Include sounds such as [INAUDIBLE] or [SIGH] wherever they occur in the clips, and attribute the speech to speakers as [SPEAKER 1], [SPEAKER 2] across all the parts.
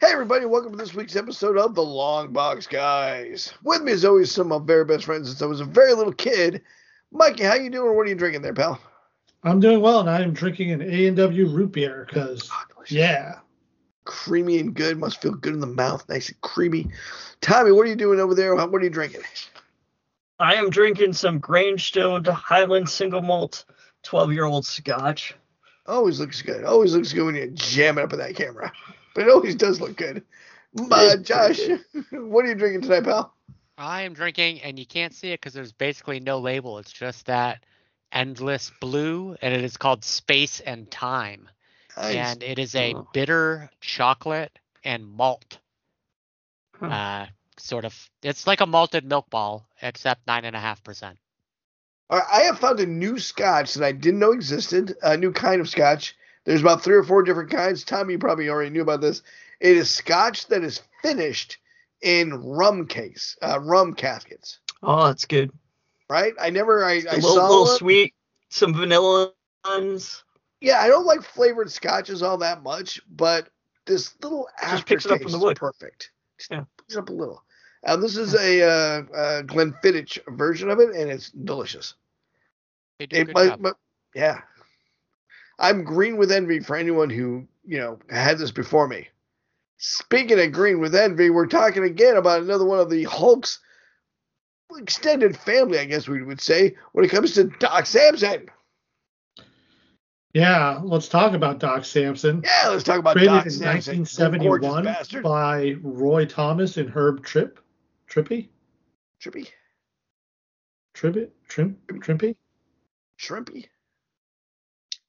[SPEAKER 1] Hey, everybody, welcome to this week's episode of The Long Box Guys. With me, as always, some of my very best friends since I was a very little kid. Mikey, how you doing? What are you drinking there, pal?
[SPEAKER 2] I'm doing well, and I am drinking an A and W root beer because
[SPEAKER 1] Oh, delicious.
[SPEAKER 2] yeah,
[SPEAKER 1] Creamy and good. Must feel good in the mouth. Nice and creamy. Tommy, what are you doing over there? What are you drinking?
[SPEAKER 3] I am drinking some Grange Stoned Highland Single Malt 12 year old scotch.
[SPEAKER 1] Always looks good. Always looks good when you jam it up in that camera. But it always does look good. Uh, Josh, [LAUGHS] what are you drinking tonight, pal?
[SPEAKER 4] I am drinking, and you can't see it because there's basically no label. It's just that endless blue, and it is called Space and Time.
[SPEAKER 1] Nice.
[SPEAKER 4] And it is a
[SPEAKER 3] Oh.
[SPEAKER 4] bitter chocolate and malt.
[SPEAKER 3] Huh.
[SPEAKER 4] Uh, sort of, it's like a malted milk ball, except 9.5%.
[SPEAKER 1] All right, I have found a new scotch that I didn't know existed, a new kind of scotch. There's about three or four different kinds. Tommy, you probably already knew about this. It is scotch that is finished in rum case, uh, rum caskets,
[SPEAKER 3] Oh, that's good.
[SPEAKER 1] right? I never, I,
[SPEAKER 3] A
[SPEAKER 1] I
[SPEAKER 3] little,
[SPEAKER 1] saw
[SPEAKER 3] little
[SPEAKER 1] one.
[SPEAKER 3] sweet, some vanilla ones.
[SPEAKER 1] Yeah, I don't like flavored scotches all that much, but this little
[SPEAKER 3] Just picks it up
[SPEAKER 1] aftertaste
[SPEAKER 3] from
[SPEAKER 1] is
[SPEAKER 3] the wood.
[SPEAKER 1] perfect. Just
[SPEAKER 3] Yeah.
[SPEAKER 1] picks it up a little. Uh, this is a uh, uh, Glenfiddich version of it, and it's delicious.
[SPEAKER 4] They do a
[SPEAKER 1] it
[SPEAKER 4] good
[SPEAKER 1] might,
[SPEAKER 4] job.
[SPEAKER 1] but yeah, I'm green with envy for anyone who you know had this before me. Speaking of green with envy, we're talking again about another one of the Hulk's extended family, I guess we would say, when it comes to Doc Samson.
[SPEAKER 2] yeah. Let's talk about Doc Sampson,
[SPEAKER 1] Yeah, let's talk about
[SPEAKER 2] created
[SPEAKER 1] Doc
[SPEAKER 2] in
[SPEAKER 1] Samson. Gorgeous
[SPEAKER 2] 1971
[SPEAKER 1] bastard.
[SPEAKER 2] by Roy Thomas and Herb Tripp, Trippy,
[SPEAKER 1] Trippy,
[SPEAKER 2] Trippy, Trim, Trimpy.
[SPEAKER 1] shrimpy.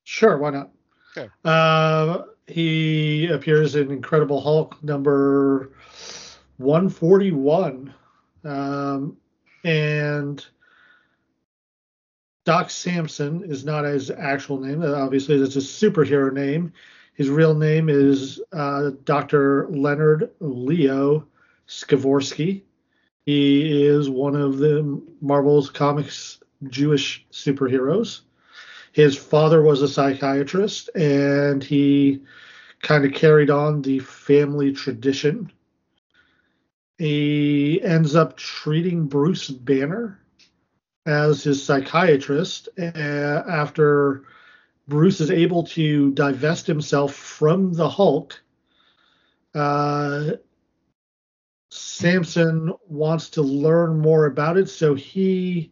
[SPEAKER 2] Sure, why not?
[SPEAKER 4] Sure.
[SPEAKER 2] Uh, he appears in Incredible Hulk number 141. Um, and Doc Samson is not his actual name. Uh, Obviously, that's his superhero name. His real name is uh, Dr. Leonard Leo Skavorsky. He is one of the Marvel's comics Jewish superheroes his father was a psychiatrist and he kind of carried on the family tradition. He ends up treating Bruce Banner as his psychiatrist uh, after Bruce is able to divest himself from the Hulk. Uh, Samson wants to learn more about it, so he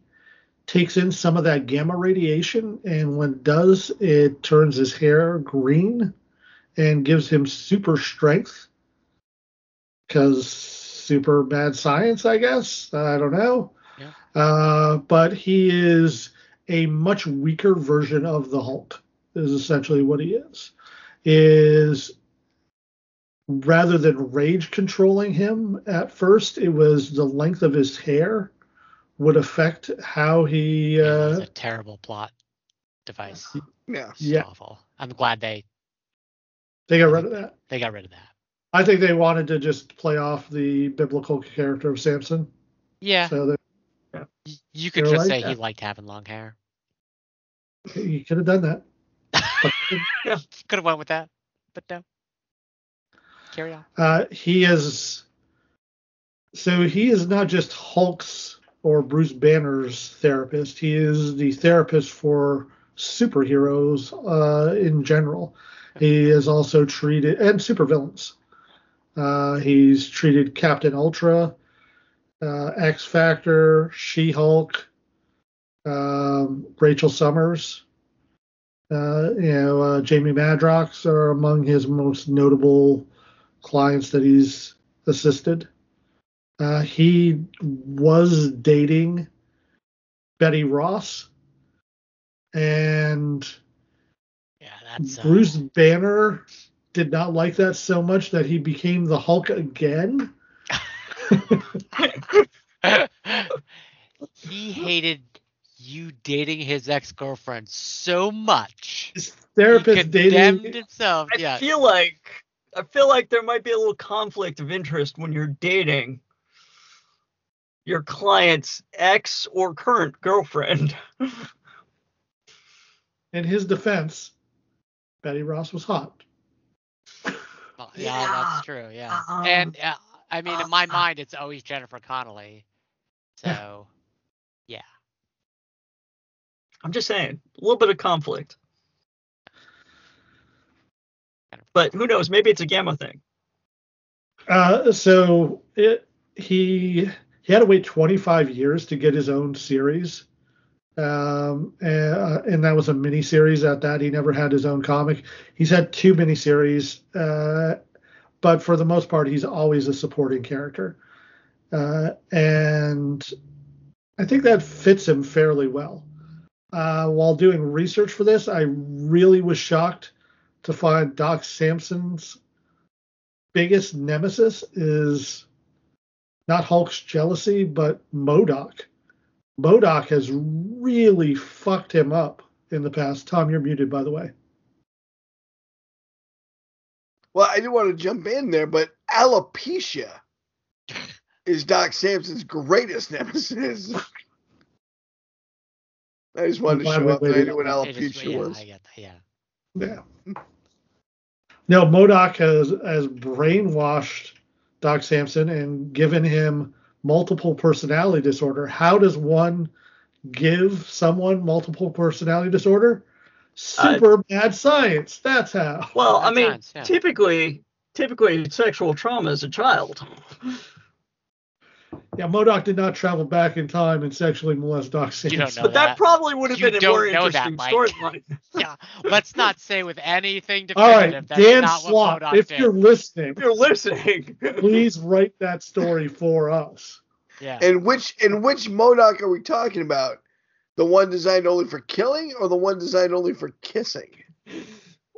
[SPEAKER 2] takes in some of that gamma radiation, and when it does, it turns his hair green and gives him super strength. Because super bad science, I guess. I don't know.
[SPEAKER 4] Yeah.
[SPEAKER 2] Uh, but he is a much weaker version of the Hulk, is essentially what he is. Is rather than rage controlling him at first, it was the length of his hair would affect how he
[SPEAKER 4] Yeah,
[SPEAKER 2] uh,
[SPEAKER 4] It's a terrible plot device.
[SPEAKER 1] Yeah.
[SPEAKER 4] It's
[SPEAKER 2] Yeah.
[SPEAKER 4] awful. I'm glad they,
[SPEAKER 2] they got rid of that.
[SPEAKER 4] they got rid of that.
[SPEAKER 2] I think they wanted to just play off the biblical character of Samson.
[SPEAKER 4] Yeah.
[SPEAKER 2] So that
[SPEAKER 4] y- you could
[SPEAKER 2] you're
[SPEAKER 4] just
[SPEAKER 2] right,
[SPEAKER 4] say
[SPEAKER 2] yeah.
[SPEAKER 4] he liked having long hair.
[SPEAKER 2] he could have done that.
[SPEAKER 4] Could have went with that, but no. Carry on.
[SPEAKER 2] Uh, he is so he is not just Hulk's or Bruce Banner's therapist. He is the therapist for superheroes uh, in general. He is also treated and supervillains. Uh, he's treated Captain Ultra, uh, X Factor, She Hulk, um, Rachel Summers. Uh, you know, uh, Jamie Madrox are among his most notable clients that he's assisted. Uh, he was dating Betty Ross, and
[SPEAKER 4] Yeah, that's uh,
[SPEAKER 2] Bruce Banner did not like that so much that he became the Hulk again.
[SPEAKER 4] [LAUGHS] he hated you dating his ex girlfriend so much.
[SPEAKER 2] His
[SPEAKER 4] he
[SPEAKER 2] therapist
[SPEAKER 4] condemned
[SPEAKER 2] dating.
[SPEAKER 4] himself.
[SPEAKER 3] I
[SPEAKER 4] Yeah,
[SPEAKER 3] feel like I feel like there might be a little conflict of interest when you're dating your client's ex or current girlfriend. [LAUGHS]
[SPEAKER 2] In his defense, Betty Ross was hot.
[SPEAKER 4] well, yeah, that's true. Yeah,
[SPEAKER 3] Uh-uh.
[SPEAKER 4] and uh, I mean, in my
[SPEAKER 3] Uh-uh.
[SPEAKER 4] mind, it's always Jennifer Connelly. So, yeah,
[SPEAKER 3] I'm just saying, a little bit of conflict. But who knows? Maybe it's a gamma thing.
[SPEAKER 2] Uh, so it, he he had to wait 25 years to get his own series, um, and, uh, and that was a mini series. At that, he never had his own comic. He's had two mini series, uh, but for the most part, he's always a supporting character, uh, and I think that fits him fairly well. Uh, while doing research for this, I really was shocked to find Doc Samson's biggest nemesis is not Hulk's jealousy, but Modoc. Modoc has really fucked him up in the past. Tom, you're muted, by the way.
[SPEAKER 1] Well, I do want to jump in there, but alopecia is Doc Samson's greatest nemesis. [LAUGHS] I just wanted to
[SPEAKER 2] Why
[SPEAKER 1] show
[SPEAKER 2] would
[SPEAKER 1] up
[SPEAKER 2] we
[SPEAKER 1] that I
[SPEAKER 2] do
[SPEAKER 1] knew what
[SPEAKER 4] It is-
[SPEAKER 1] alopecia
[SPEAKER 4] yeah,
[SPEAKER 1] was.
[SPEAKER 4] I get that. Yeah,
[SPEAKER 2] Yeah. No, Modoc has has brainwashed Doc Samson and given him multiple personality disorder. How does one give someone multiple personality disorder?
[SPEAKER 3] Uh,
[SPEAKER 2] Super mad science. That's how.
[SPEAKER 3] Well, I
[SPEAKER 4] At
[SPEAKER 3] mean,
[SPEAKER 4] times, yeah.
[SPEAKER 3] typically, typically sexual trauma as a child.
[SPEAKER 2] Yeah, Modoc did not travel back in time and sexually molest Doc Samson.
[SPEAKER 4] You don't know
[SPEAKER 3] But that,
[SPEAKER 4] that.
[SPEAKER 3] probably would have
[SPEAKER 4] You
[SPEAKER 3] been a
[SPEAKER 4] don't
[SPEAKER 3] more
[SPEAKER 4] know that,
[SPEAKER 3] interesting storyline.
[SPEAKER 4] Mike. yeah. Let's not say with anything
[SPEAKER 2] All
[SPEAKER 4] definitive.
[SPEAKER 2] right,
[SPEAKER 4] that's
[SPEAKER 2] Dan
[SPEAKER 4] not
[SPEAKER 2] Slott,
[SPEAKER 4] what Modoc
[SPEAKER 2] if
[SPEAKER 4] did.
[SPEAKER 2] you're listening,
[SPEAKER 3] If you're listening,
[SPEAKER 2] please write that story for us. [LAUGHS]
[SPEAKER 4] yeah.
[SPEAKER 1] And which and which Modoc are we talking about? The one designed only for killing, or the one designed only for kissing?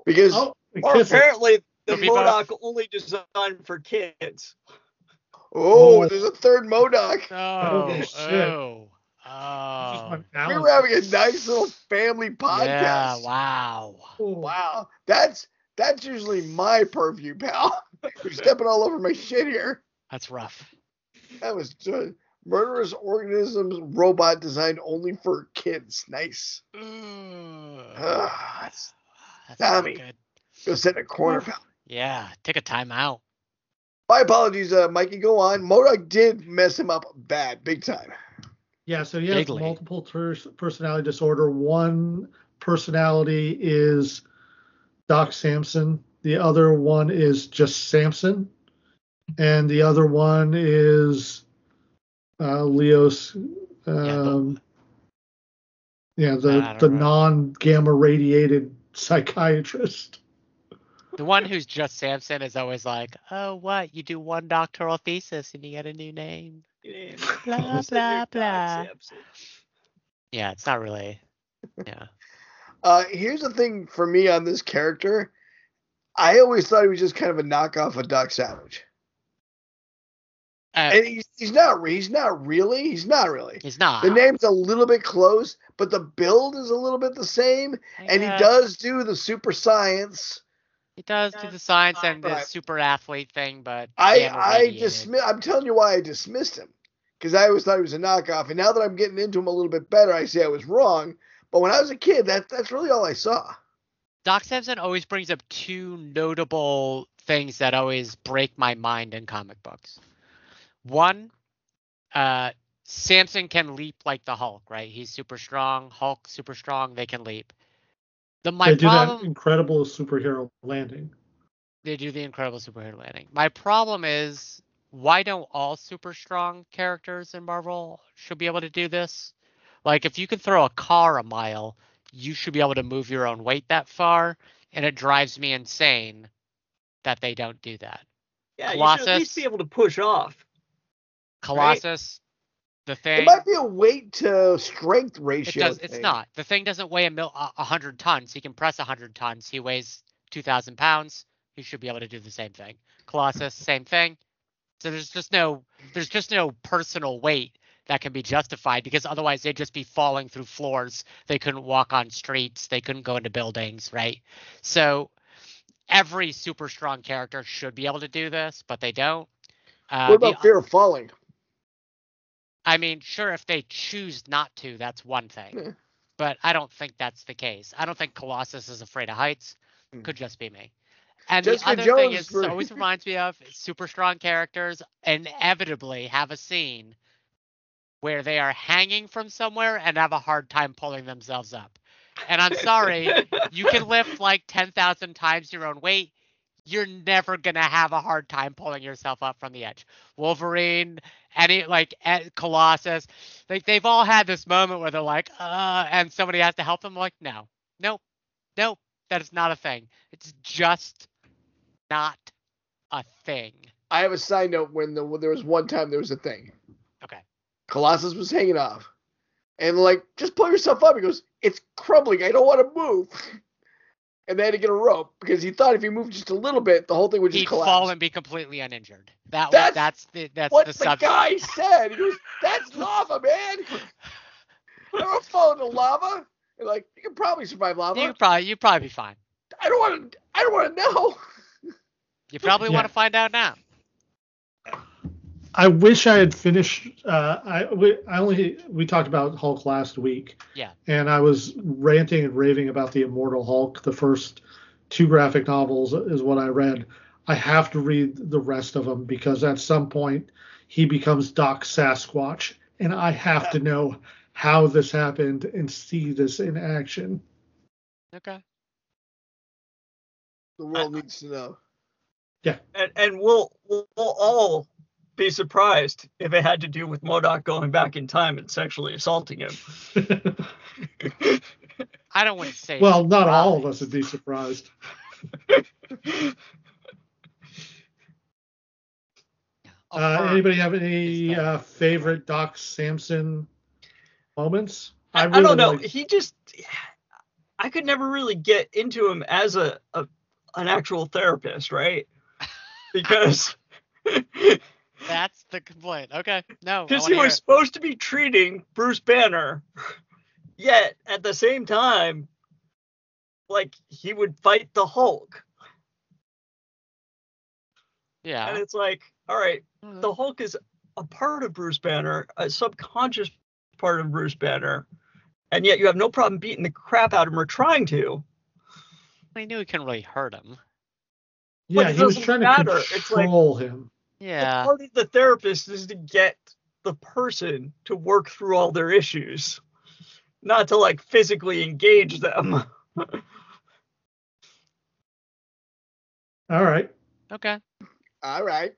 [SPEAKER 1] Because
[SPEAKER 2] Oh, the
[SPEAKER 3] or
[SPEAKER 2] kisses.
[SPEAKER 3] apparently the
[SPEAKER 4] It'll be both.
[SPEAKER 3] Modoc only designed for kids.
[SPEAKER 1] oh,
[SPEAKER 2] Oh.
[SPEAKER 1] there's a third Modoc.
[SPEAKER 4] oh,
[SPEAKER 2] shit.
[SPEAKER 4] oh,
[SPEAKER 2] This is my
[SPEAKER 4] oh.
[SPEAKER 1] We
[SPEAKER 2] balance.
[SPEAKER 1] were having a nice little family podcast.
[SPEAKER 4] Yeah. Wow.
[SPEAKER 1] Wow, that's that's usually my purview, pal. [LAUGHS] You're stepping all over my shit here.
[SPEAKER 4] That's rough.
[SPEAKER 1] That was good. Murderous organisms robot designed only for kids. Nice.
[SPEAKER 4] Ugh.
[SPEAKER 1] Ah, that's-
[SPEAKER 4] That's not
[SPEAKER 1] Tommy.
[SPEAKER 4] good.
[SPEAKER 1] go sit in a corner, pal.
[SPEAKER 4] Yeah. Take a timeout.
[SPEAKER 1] My apologies, uh, Mikey. Go on. Modoc did mess him up bad, big time.
[SPEAKER 2] Yeah, so he has
[SPEAKER 4] Bigly.
[SPEAKER 2] multiple ters- personality disorder. One personality is Doc Samson. The other one is just Samson, and the other one is uh, Leo's. Um, yeah,
[SPEAKER 4] I
[SPEAKER 2] the
[SPEAKER 4] don't
[SPEAKER 2] the
[SPEAKER 4] know.
[SPEAKER 2] non gamma radiated psychiatrist.
[SPEAKER 4] The one who's just Samson is always like, "Oh, what? You do one doctoral thesis and you get a new name." [LAUGHS]
[SPEAKER 3] Yeah.
[SPEAKER 4] Blah,
[SPEAKER 3] Sit there,
[SPEAKER 4] blah,
[SPEAKER 3] Doc
[SPEAKER 4] blah.
[SPEAKER 3] Samson.
[SPEAKER 4] Yeah, it's not really. Yeah.
[SPEAKER 1] Uh, here's the thing for me on this character. I always thought he was just kind of a knockoff of Doc Savage,
[SPEAKER 4] Uh,
[SPEAKER 1] and he's, he's not. re- He's not really. He's not really.
[SPEAKER 4] he's not.
[SPEAKER 1] The name's a little bit close, but the build is a little bit the same.
[SPEAKER 4] I
[SPEAKER 1] And he
[SPEAKER 4] guess.
[SPEAKER 1] does do the super science.
[SPEAKER 4] He does do the science and the
[SPEAKER 1] Right.
[SPEAKER 4] super athlete thing, but
[SPEAKER 1] I
[SPEAKER 4] gamma
[SPEAKER 1] I
[SPEAKER 4] radiated.
[SPEAKER 1] dismiss. I'm telling you why I dismissed him because I always thought he was a knockoff. And now that I'm getting into him a little bit better, I see I was wrong. But when I was a kid, that that's really all I saw.
[SPEAKER 4] Doc Samson always brings up two notable things that always break my mind in comic books. One, uh, Samson can leap like the Hulk, right? He's super strong. Hulk super strong. They can leap. The my
[SPEAKER 2] they do
[SPEAKER 4] problem
[SPEAKER 2] that incredible superhero landing.
[SPEAKER 4] they do the incredible superhero landing. My problem is why don't all super strong characters in Marvel should be able to do this? Like if you can throw a car a mile, you should be able to move your own weight that far, and it drives me insane that they don't do that.
[SPEAKER 3] Yeah, you should at
[SPEAKER 4] Colossus.
[SPEAKER 3] least be able to push off.
[SPEAKER 4] Colossus, the
[SPEAKER 1] It
[SPEAKER 4] thing
[SPEAKER 1] might be a weight to strength
[SPEAKER 4] it
[SPEAKER 1] ratio.
[SPEAKER 4] does it's
[SPEAKER 1] thing.
[SPEAKER 4] not. The thing doesn't weigh a mil a a hundred tons. He can press a hundred tons. He weighs two thousand pounds. He should be able to do the same thing. Colossus, same thing. So there's just no there's just no personal weight that can be justified because otherwise they'd just be falling through floors. They couldn't walk on streets. They couldn't go into buildings, right? So every super strong character should be able to do this, but they don't. Uh,
[SPEAKER 1] What
[SPEAKER 4] the
[SPEAKER 1] about fear of falling?
[SPEAKER 4] I mean, sure, if they choose not to, that's one thing.
[SPEAKER 1] Yeah.
[SPEAKER 4] But I don't think that's the case. I don't think Colossus is afraid of heights.
[SPEAKER 1] Mm.
[SPEAKER 4] Could just be me. And
[SPEAKER 1] Jessica
[SPEAKER 4] the other thing
[SPEAKER 1] Jones
[SPEAKER 4] is
[SPEAKER 1] for- [LAUGHS]
[SPEAKER 4] always reminds me of is super strong characters inevitably have a scene where they are hanging from somewhere and have a hard time pulling themselves up.
[SPEAKER 1] [LAUGHS]
[SPEAKER 4] And I'm sorry, you can lift like 10,000 times your own weight. You're never going to have a hard time pulling yourself up from the edge. Wolverine, any like eh, Colossus, like they've all had this moment where they're like, uh, and somebody has to help them. Like, no, no, no, that is not a thing. It's just not a thing.
[SPEAKER 1] I have a side note when, the, when there was one time there was a thing.
[SPEAKER 4] Okay.
[SPEAKER 1] Colossus was hanging off. And like, just pull yourself up. He goes, It's crumbling. I don't want to move. [LAUGHS] And they had to get a rope because he thought if he moved just a little bit, the whole thing would just
[SPEAKER 4] He'd
[SPEAKER 1] collapse.
[SPEAKER 4] fall and be completely uninjured. That
[SPEAKER 1] That's
[SPEAKER 4] was that's the that's
[SPEAKER 1] what
[SPEAKER 4] the
[SPEAKER 1] the,
[SPEAKER 4] subject. [LAUGHS]
[SPEAKER 1] guy said. He goes, That's lava, man. I don't fall into lava. And like, you can probably survive lava.
[SPEAKER 4] You probably you probably be fine.
[SPEAKER 1] I don't want to. I don't want to know. [LAUGHS]
[SPEAKER 4] You probably
[SPEAKER 2] Yeah.
[SPEAKER 4] want to find out now.
[SPEAKER 2] I wish I had finished. Uh, I we, I only we talked about Hulk last week.
[SPEAKER 4] Yeah.
[SPEAKER 2] And I was ranting and raving about the Immortal Hulk. The first two graphic novels is what I read. I have to read the rest of them because at some point he becomes Doc Sasquatch, and I have to know how this happened and see this in action. [LAUGHS]
[SPEAKER 4] Okay.
[SPEAKER 1] The world needs to know.
[SPEAKER 3] [LAUGHS] and, and we'll we'll all be surprised if it had to do with Modoc going back in time and sexually assaulting him.
[SPEAKER 4] I don't want to say
[SPEAKER 2] well, not all of us would be surprised.
[SPEAKER 4] a
[SPEAKER 2] Uh,
[SPEAKER 4] word.
[SPEAKER 2] anybody have any uh, favorite Doc Samson moments?
[SPEAKER 3] I, I don't know.
[SPEAKER 2] like-
[SPEAKER 3] He just I could never really get into him as a, a an actual therapist,
[SPEAKER 4] [LAUGHS]
[SPEAKER 3] right? Because because
[SPEAKER 4] That's the complaint. Okay. No. I
[SPEAKER 3] he
[SPEAKER 4] wanna hear
[SPEAKER 3] was
[SPEAKER 4] it.
[SPEAKER 3] supposed to be treating Bruce Banner, yet at the same time, like he would fight the Hulk, and
[SPEAKER 4] Yeah.
[SPEAKER 3] it's like, all right,
[SPEAKER 4] Mm.
[SPEAKER 3] the Hulk is a part of Bruce Banner, a subconscious part of Bruce Banner, and yet you have no problem beating the crap out of him or trying to.
[SPEAKER 4] I knew it couldn't really hurt him.
[SPEAKER 2] yeah,
[SPEAKER 3] but it
[SPEAKER 2] he was
[SPEAKER 3] doesn't
[SPEAKER 2] trying
[SPEAKER 3] matter.
[SPEAKER 2] to
[SPEAKER 3] It's like-
[SPEAKER 2] control him.
[SPEAKER 4] Yeah.
[SPEAKER 3] Part of the therapist is to get the person to work through all their issues, not to like physically engage them.
[SPEAKER 2] All right.
[SPEAKER 4] Okay.
[SPEAKER 1] All right.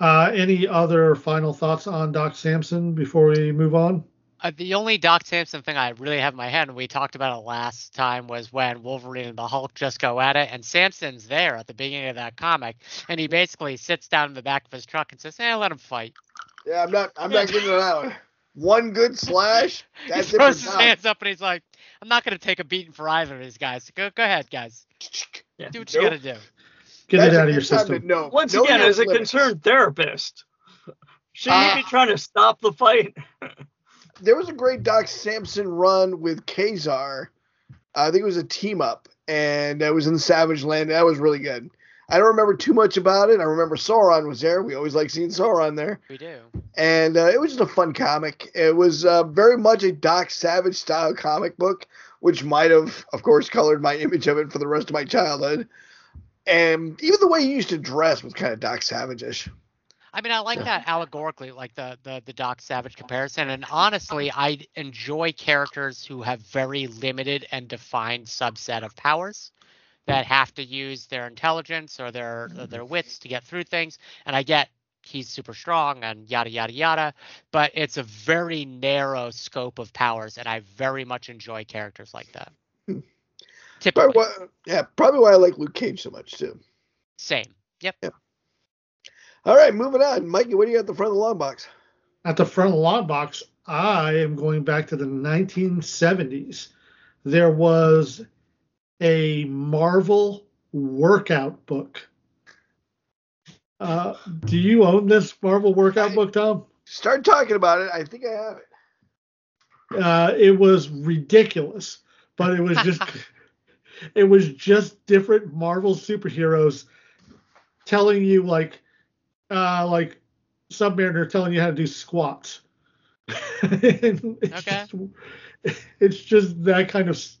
[SPEAKER 2] Uh, any other final thoughts on Doc Samson before we move on?
[SPEAKER 4] Uh, the only Doc Samson thing I really have in my head, and we talked about it last time, was when Wolverine and the Hulk just go at it, and Samson's there at the beginning of that comic, and he basically sits down in the back of his truck and says, "Hey, let him fight."
[SPEAKER 1] Yeah, I'm not.
[SPEAKER 4] [LAUGHS]
[SPEAKER 1] I'm not getting it out. One good slash. That's
[SPEAKER 4] he
[SPEAKER 1] it.
[SPEAKER 4] throws his
[SPEAKER 1] for Doc.
[SPEAKER 4] hands up and he's like, "I'm not gonna take a beating for either of these guys. Go, go ahead, guys.
[SPEAKER 3] Yeah.
[SPEAKER 4] Do what you
[SPEAKER 1] Nope.
[SPEAKER 4] gotta do."
[SPEAKER 2] Get
[SPEAKER 1] That's
[SPEAKER 2] it
[SPEAKER 1] a
[SPEAKER 2] out of your
[SPEAKER 1] good time
[SPEAKER 2] system.
[SPEAKER 1] to know.
[SPEAKER 3] Once
[SPEAKER 1] Knowing
[SPEAKER 3] again,
[SPEAKER 1] your
[SPEAKER 3] as a
[SPEAKER 1] limits.
[SPEAKER 3] concerned therapist, shouldn't you
[SPEAKER 1] Uh,
[SPEAKER 3] be trying to stop the fight?
[SPEAKER 1] there was a great Doc Samson run with Kazar. I think it was a team up, and that was in Savage Land. That was really good. I don't remember too much about it. I remember Sauron was there. We always like seeing Sauron there,
[SPEAKER 4] We do.
[SPEAKER 1] and uh, it was just a fun comic. It was uh, very much a Doc Savage style comic book, which might have, of course, colored my [LAUGHS] image of it for the rest of my childhood. And even the way he used to dress was kind of Doc Savage-ish.
[SPEAKER 4] I mean, I like that allegorically, like the, the the Doc Savage comparison. And honestly, I enjoy characters who have very limited and defined subset of powers that have to use their intelligence or their or their wits to get through things. And I get he's super strong and yada yada yada, but it's a very narrow scope of powers, and I very much enjoy characters like that.
[SPEAKER 1] Probably
[SPEAKER 4] Typically,
[SPEAKER 1] why, yeah, probably why I like Luke Cage so much too.
[SPEAKER 4] same. Yep.
[SPEAKER 1] All right, moving on. Mikey, what do you got at the front of the long box?
[SPEAKER 2] At the front of the log box, I am going back to the 1970s. There was a Marvel workout book. Uh, do you own this Marvel workout book, Tom?
[SPEAKER 1] Start talking about it. I think I have it.
[SPEAKER 2] uh, it was ridiculous, but it was just it was just different Marvel superheroes telling you like uh, like Submariner telling you how to do squats. [LAUGHS] And it's
[SPEAKER 4] Okay.
[SPEAKER 2] Just, it's just that kind of s-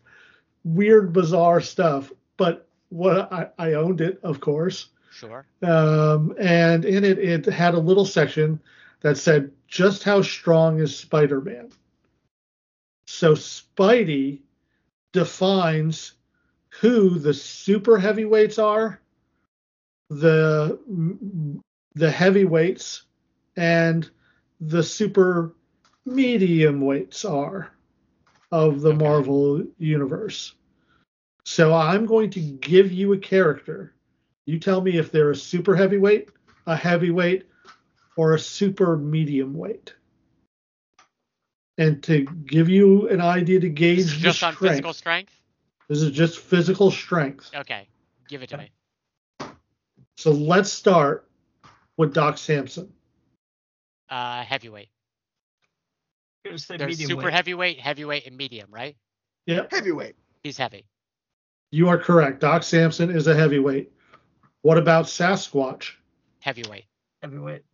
[SPEAKER 2] weird, bizarre stuff. But what I, I owned it, of course.
[SPEAKER 4] Sure.
[SPEAKER 2] Um, and in it, it had a little section that said just how strong is Spider Man. So Spidey defines who the super heavyweights are, the the heavyweights, and the super medium weights are of the
[SPEAKER 4] Okay.
[SPEAKER 2] Marvel universe. So I'm going to give you a character. You tell me if they're a super heavyweight, a heavyweight, or a super medium weight. And to give you an idea to gauge
[SPEAKER 4] This is
[SPEAKER 2] the
[SPEAKER 4] just on
[SPEAKER 2] strength-
[SPEAKER 4] physical strength.
[SPEAKER 2] this is just physical strength.
[SPEAKER 4] Okay. Give it to me.
[SPEAKER 2] So let's start with Doc Sampson.
[SPEAKER 4] Uh, heavyweight.
[SPEAKER 3] gonna say
[SPEAKER 4] There's
[SPEAKER 3] medium
[SPEAKER 4] super
[SPEAKER 3] weight.
[SPEAKER 4] heavyweight, heavyweight, and medium, right?
[SPEAKER 2] Yep,
[SPEAKER 1] Heavyweight.
[SPEAKER 4] He's heavy.
[SPEAKER 2] you are correct. Doc Sampson is a heavyweight. What about Sasquatch?
[SPEAKER 4] Heavyweight.
[SPEAKER 3] Heavyweight.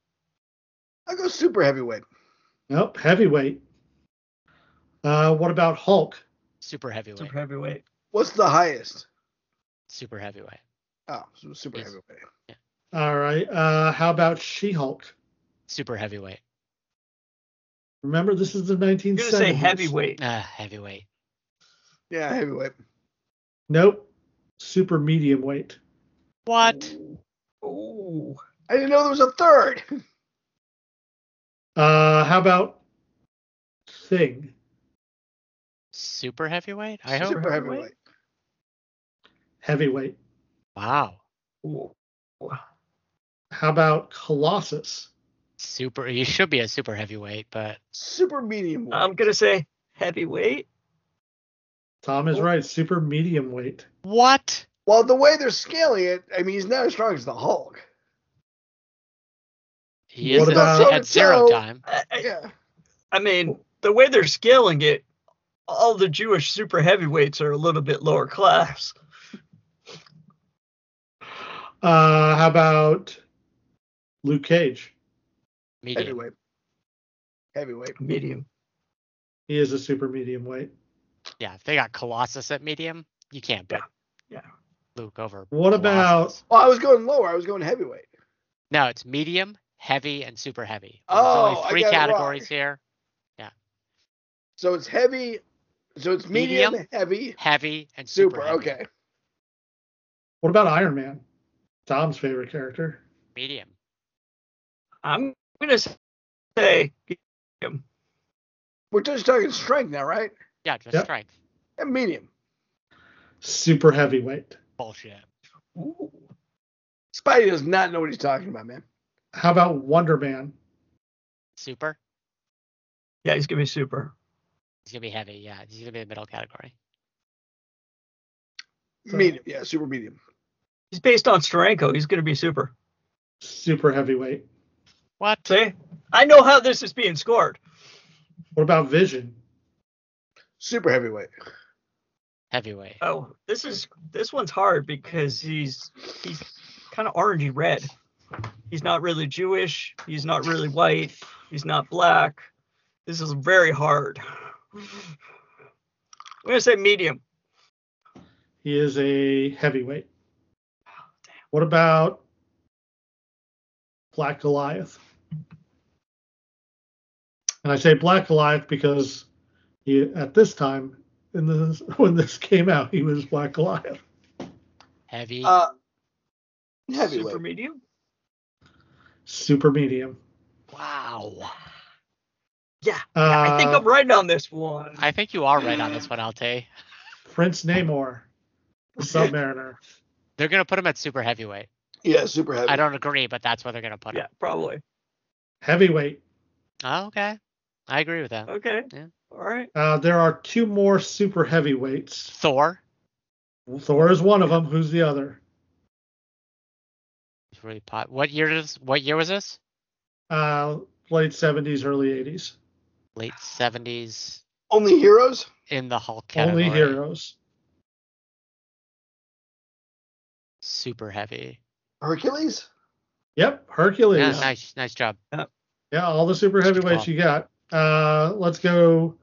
[SPEAKER 1] I'll go super heavyweight.
[SPEAKER 2] Nope, heavyweight. Uh, what about Hulk?
[SPEAKER 4] Super heavyweight.
[SPEAKER 3] Super
[SPEAKER 4] Super,
[SPEAKER 3] heavyweight.
[SPEAKER 1] What's the highest?
[SPEAKER 4] heavyweight.
[SPEAKER 1] Oh, so super
[SPEAKER 4] Yes.
[SPEAKER 1] heavyweight.
[SPEAKER 2] All right. Uh, how about She-Hulk?
[SPEAKER 4] Super heavyweight.
[SPEAKER 2] Remember, this is the
[SPEAKER 3] I'm
[SPEAKER 2] 1970s.
[SPEAKER 3] gonna say heavyweight.
[SPEAKER 4] Uh, heavyweight.
[SPEAKER 1] Yeah, heavyweight.
[SPEAKER 2] Nope. Super medium weight.
[SPEAKER 4] What?
[SPEAKER 3] Ooh.
[SPEAKER 1] I didn't know there was a third. [LAUGHS]
[SPEAKER 2] Uh, how about Thing?
[SPEAKER 4] Super heavyweight? I hope.
[SPEAKER 3] Super
[SPEAKER 1] super
[SPEAKER 3] heavyweight?
[SPEAKER 1] heavyweight.
[SPEAKER 2] Heavyweight.
[SPEAKER 4] Wow.
[SPEAKER 3] Ooh.
[SPEAKER 2] How about Colossus?
[SPEAKER 4] Super. You should be a super heavyweight, but
[SPEAKER 1] Super medium
[SPEAKER 4] Um,
[SPEAKER 1] weight.
[SPEAKER 3] I'm gonna say heavyweight.
[SPEAKER 2] Tom is right. Super medium weight.
[SPEAKER 4] what?
[SPEAKER 1] well, the way they're scaling it, I mean, he's not as strong as the Hulk.
[SPEAKER 4] He
[SPEAKER 2] What
[SPEAKER 4] is
[SPEAKER 2] about-
[SPEAKER 4] at zero
[SPEAKER 1] So-
[SPEAKER 4] time.
[SPEAKER 3] I, I,
[SPEAKER 1] Yeah.
[SPEAKER 3] I mean, the way they're scaling it, all the Jewish super heavyweights are a little bit lower class.
[SPEAKER 2] Uh, how about Luke Cage?
[SPEAKER 4] Medium.
[SPEAKER 1] Heavyweight. Heavyweight.
[SPEAKER 3] Medium.
[SPEAKER 2] He is a super medium weight.
[SPEAKER 4] Yeah, if they got Colossus at medium, you can't pick.
[SPEAKER 3] Yeah, yeah.
[SPEAKER 4] Luke over.
[SPEAKER 2] What about-
[SPEAKER 4] Colossus.
[SPEAKER 1] Well, I was going lower. I was going heavyweight.
[SPEAKER 4] No, it's medium, heavy, and super heavy.
[SPEAKER 1] Oh,
[SPEAKER 4] There's
[SPEAKER 1] I
[SPEAKER 4] only three
[SPEAKER 1] got it wrong.
[SPEAKER 4] categories here:
[SPEAKER 1] So it's heavy. So it's medium,
[SPEAKER 4] Medium.
[SPEAKER 1] heavy,
[SPEAKER 4] heavy and super.
[SPEAKER 1] super.
[SPEAKER 4] heavy.
[SPEAKER 1] Okay.
[SPEAKER 2] What about Iron Man? Tom's favorite character.
[SPEAKER 4] Medium.
[SPEAKER 3] I'm gonna say medium.
[SPEAKER 1] We're just talking strength now, right?
[SPEAKER 4] Yeah, just
[SPEAKER 2] Yep.
[SPEAKER 4] strength.
[SPEAKER 1] And medium.
[SPEAKER 2] Super heavyweight.
[SPEAKER 4] Bullshit.
[SPEAKER 3] Ooh.
[SPEAKER 1] Spidey does not know what he's talking about, man.
[SPEAKER 2] How about Wonder Man?
[SPEAKER 4] Super.
[SPEAKER 3] Yeah, he's gonna be super.
[SPEAKER 4] He's gonna be heavy. Yeah, he's gonna be the middle category.
[SPEAKER 2] So-
[SPEAKER 1] Medium. Yeah, super medium.
[SPEAKER 3] He's based on Steranko. He's gonna be super.
[SPEAKER 2] Super heavyweight.
[SPEAKER 4] What?
[SPEAKER 3] See, I know how this is being scored.
[SPEAKER 2] What about Vision?
[SPEAKER 1] Super heavyweight.
[SPEAKER 4] Heavyweight.
[SPEAKER 3] Oh, this is this one's hard because he's he's kind of orangey red. He's not really Jewish. He's not really white. He's not black. This is very hard. I'm gonna say medium.
[SPEAKER 2] He is a heavyweight.
[SPEAKER 3] Oh,
[SPEAKER 2] What about Black Goliath? And I say Black Goliath because he, at this time, in this, [LAUGHS] when this came out, he was Black Goliath.
[SPEAKER 4] Heavy.
[SPEAKER 1] Uh, heavyweight.
[SPEAKER 3] Super medium.
[SPEAKER 2] Super medium.
[SPEAKER 4] wow.
[SPEAKER 3] I think
[SPEAKER 2] Uh,
[SPEAKER 3] I'm right on this one.
[SPEAKER 4] I think you are right on this one, Alte.
[SPEAKER 2] Prince Namor, the Submariner. [LAUGHS]
[SPEAKER 4] They're gonna put him at super heavyweight.
[SPEAKER 1] yeah, super heavy.
[SPEAKER 4] I don't agree, but that's where they're gonna put him.
[SPEAKER 3] yeah, probably.
[SPEAKER 2] Heavyweight.
[SPEAKER 4] Oh, okay. I agree with that.
[SPEAKER 3] Okay.
[SPEAKER 4] Yeah.
[SPEAKER 3] All right.
[SPEAKER 2] Uh, there are two more super heavyweights.
[SPEAKER 4] Thor.
[SPEAKER 2] Thor is one of them. Who's the other?
[SPEAKER 4] It's really pot. What year is? What year was this?
[SPEAKER 2] Uh, late 70s, early 80s.
[SPEAKER 4] Late seventies
[SPEAKER 1] Only heroes.
[SPEAKER 4] in the Hulk category.
[SPEAKER 2] Only heroes.
[SPEAKER 4] Super heavy.
[SPEAKER 1] Hercules.
[SPEAKER 2] Yep, Hercules.
[SPEAKER 4] Yeah,
[SPEAKER 2] Yeah,
[SPEAKER 4] nice, nice job.
[SPEAKER 2] all the super heavyweights you got. Uh, let's go.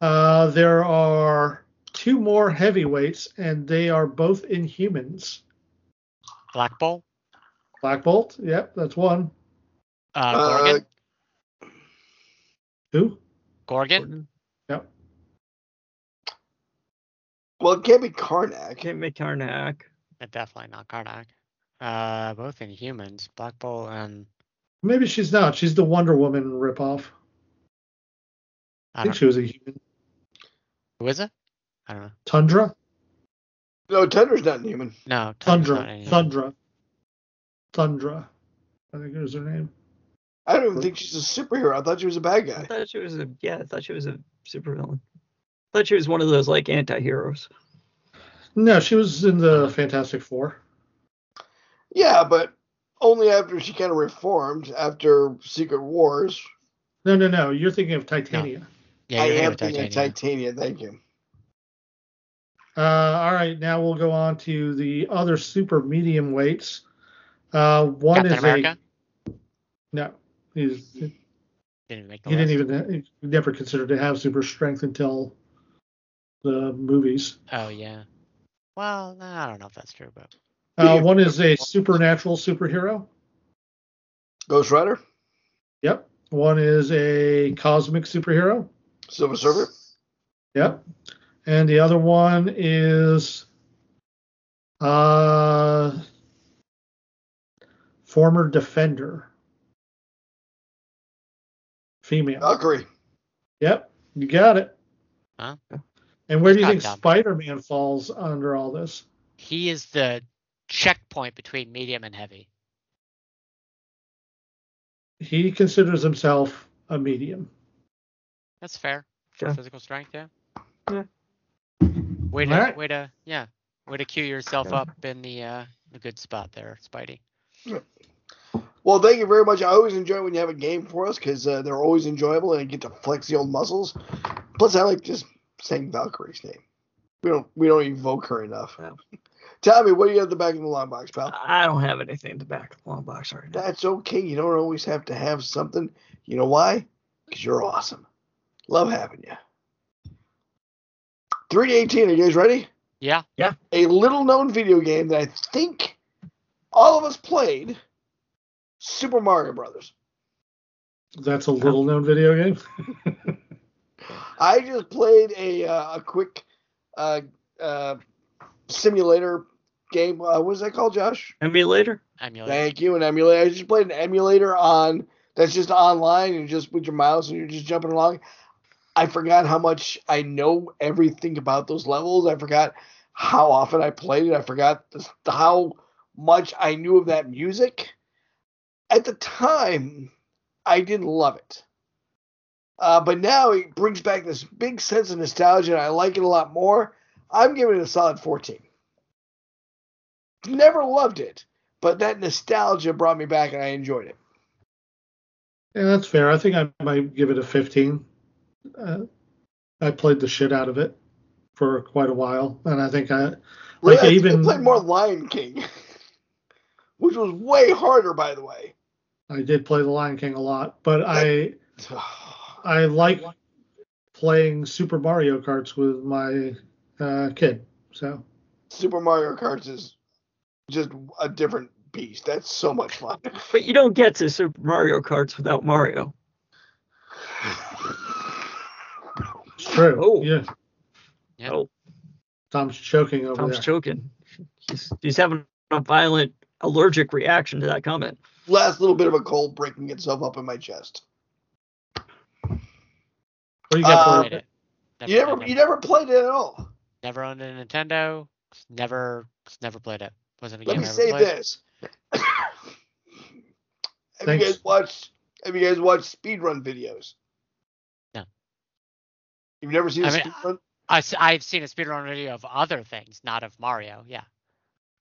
[SPEAKER 2] Uh, there are two more heavyweights, and they are both Inhumans.
[SPEAKER 4] Black Bolt,
[SPEAKER 2] Black Bolt, yep, that's one.
[SPEAKER 4] uh,
[SPEAKER 1] Uh,
[SPEAKER 4] Gorgon,
[SPEAKER 2] Who?
[SPEAKER 4] Gorgon.
[SPEAKER 2] Yep.
[SPEAKER 1] Well, it can't be Karnak.
[SPEAKER 3] Can't make Karnak.
[SPEAKER 4] Uh, Definitely not Karnak. Uh, both Inhumans, Black Bolt and
[SPEAKER 2] Maybe she's not. She's the Wonder Woman ripoff. I
[SPEAKER 4] I
[SPEAKER 2] think
[SPEAKER 4] don't
[SPEAKER 2] she was a human.
[SPEAKER 4] who is it? I don't know.
[SPEAKER 2] Tundra?
[SPEAKER 1] No, Tundra's not human.
[SPEAKER 4] No, Tundra's not
[SPEAKER 2] Tundra.
[SPEAKER 4] Inhuman.
[SPEAKER 2] Tundra. Tundra. I think it was her name.
[SPEAKER 1] I don't even think she's a superhero. I thought she was a bad
[SPEAKER 3] I
[SPEAKER 1] guy.
[SPEAKER 3] thought she was a yeah. I thought she was a supervillain. I thought she was one of those like anti-heroes.
[SPEAKER 2] No, she was in the Fantastic Four.
[SPEAKER 1] Yeah, but only after she kind of reformed after Secret Wars.
[SPEAKER 2] No, no, no. You're thinking of Titania.
[SPEAKER 4] Yeah,
[SPEAKER 1] I
[SPEAKER 4] you're
[SPEAKER 1] am
[SPEAKER 4] right,
[SPEAKER 1] thinking
[SPEAKER 4] Titania.
[SPEAKER 1] of Titania. Thank you.
[SPEAKER 2] Uh, all right, now we'll go on to the other super medium weights. Uh, one
[SPEAKER 4] Captain
[SPEAKER 2] is
[SPEAKER 4] America.
[SPEAKER 2] a no. He's, he
[SPEAKER 4] Didn't even make the
[SPEAKER 2] didn't
[SPEAKER 4] list.
[SPEAKER 2] even he never considered to have super strength until the movies.
[SPEAKER 4] Oh yeah. Well, no, I don't know if that's true, but
[SPEAKER 2] Uh, one is a supernatural superhero.
[SPEAKER 1] Ghost Rider,
[SPEAKER 2] Yep. One is a cosmic superhero.
[SPEAKER 1] Silver Surfer.
[SPEAKER 2] Yep. And the other one is uh former defender. Female.
[SPEAKER 1] Valkyrie.
[SPEAKER 2] Yep. You got it.
[SPEAKER 4] Huh?
[SPEAKER 2] And where do you
[SPEAKER 4] Got
[SPEAKER 2] think
[SPEAKER 4] them.
[SPEAKER 2] Spider Man falls under all this?
[SPEAKER 4] he is the checkpoint between medium and heavy.
[SPEAKER 2] He considers himself a medium.
[SPEAKER 4] That's fair.
[SPEAKER 3] Yeah.
[SPEAKER 4] For physical strength, yeah.
[SPEAKER 3] Yeah.
[SPEAKER 4] Way to
[SPEAKER 2] Alright.
[SPEAKER 4] way to yeah. Way to cue yourself
[SPEAKER 3] Yeah.
[SPEAKER 4] up in the uh the good spot there, Spidey.
[SPEAKER 1] Well, thank you very much. I always enjoy when you have a game for us because uh, they're always enjoyable and I get to flex the old muscles. Plus, I like just saying Valkyrie's name. We don't we don't evoke her enough. [LAUGHS]
[SPEAKER 3] No.
[SPEAKER 1] Tommy, what do you have at the back of the long box, pal?
[SPEAKER 3] I don't have anything in the back of the long box right now.
[SPEAKER 1] That's okay. You don't always have to have something. You know why? Because you're awesome. Love having you. 3D18, are you guys ready?
[SPEAKER 4] Yeah.
[SPEAKER 1] A little known video game that I think all of us played Super Mario Brothers.
[SPEAKER 2] That's a little known video game.
[SPEAKER 1] I just played a, uh, a quick uh, uh, simulator game. Uh, what is that called, Josh?
[SPEAKER 3] Emulator.
[SPEAKER 4] Emulate.
[SPEAKER 1] Thank you. An emulator. I just played an emulator on that's just online and just with your mouse and you're just jumping along. I forgot how much I know everything about those levels. I forgot how often I played it. I forgot this, how much I knew of that music. At the time, I didn't love it. Uh, but now it brings back this big sense of nostalgia and I like it a lot more. I'm giving it a solid 14. Never loved it but that nostalgia brought me back and I enjoyed it.
[SPEAKER 2] Yeah, that's fair. I think I might give it a 15. Uh, I played the shit out of it for quite a while, and I think I Like,
[SPEAKER 1] Like I,
[SPEAKER 2] I even-
[SPEAKER 1] played more Lion King, [LAUGHS] which was way harder, by the way. [SIGHS]
[SPEAKER 2] I did play The Lion King a lot, but I
[SPEAKER 1] I
[SPEAKER 2] I like playing Super Mario Karts with my uh, kid. So
[SPEAKER 1] Super Mario Kart is just a different beast. That's so much
[SPEAKER 2] [LAUGHS]
[SPEAKER 1] fun.
[SPEAKER 3] But you don't get to Super Mario Karts without Mario.
[SPEAKER 2] it's true.
[SPEAKER 3] Oh.
[SPEAKER 2] yeah.
[SPEAKER 4] Yeah.
[SPEAKER 3] Oh,
[SPEAKER 2] Tom's choking
[SPEAKER 1] Oh,
[SPEAKER 2] over
[SPEAKER 3] Tom's
[SPEAKER 2] there.
[SPEAKER 3] choking. He's, he's having a violent allergic reaction to that comment.
[SPEAKER 1] Last little bit of a cold breaking itself up in my chest.
[SPEAKER 2] what do you got
[SPEAKER 1] Uh,
[SPEAKER 2] for
[SPEAKER 4] Played
[SPEAKER 2] it?
[SPEAKER 4] it.
[SPEAKER 1] You never,
[SPEAKER 4] played
[SPEAKER 1] you
[SPEAKER 4] it.
[SPEAKER 1] never played it at all.
[SPEAKER 4] never owned a Nintendo. just Never just never played it. Wasn't a
[SPEAKER 1] Let
[SPEAKER 4] game
[SPEAKER 1] me
[SPEAKER 4] I ever
[SPEAKER 1] say
[SPEAKER 4] played.
[SPEAKER 1] this. [COUGHS] have
[SPEAKER 2] Thanks.
[SPEAKER 1] you guys watched? Have you guys watched speedrun videos?
[SPEAKER 4] No.
[SPEAKER 1] You've never seen a
[SPEAKER 4] I mean,
[SPEAKER 1] speedrun?
[SPEAKER 4] I, have seen a speedrun video of other things, not of Mario. Yeah.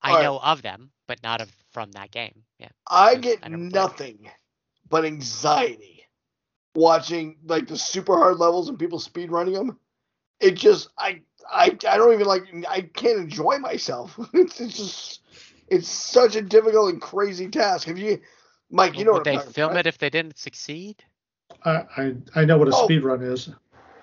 [SPEAKER 4] I
[SPEAKER 1] Alright.
[SPEAKER 4] know of them, but not of from that game. Yeah.
[SPEAKER 1] I
[SPEAKER 4] Because
[SPEAKER 1] get
[SPEAKER 4] I don't play.
[SPEAKER 1] nothing but anxiety watching like the super hard levels and people speed running them. It just I I I don't even like I can't enjoy myself. [LAUGHS] It's, it's just it's such a difficult and crazy task. Have you, Mike? You know
[SPEAKER 4] Would
[SPEAKER 1] what I'm
[SPEAKER 4] they
[SPEAKER 1] talking
[SPEAKER 4] film
[SPEAKER 1] about,
[SPEAKER 4] it if they didn't succeed?
[SPEAKER 2] I, I I know what a
[SPEAKER 1] Oh.
[SPEAKER 2] speed run is.
[SPEAKER 1] right?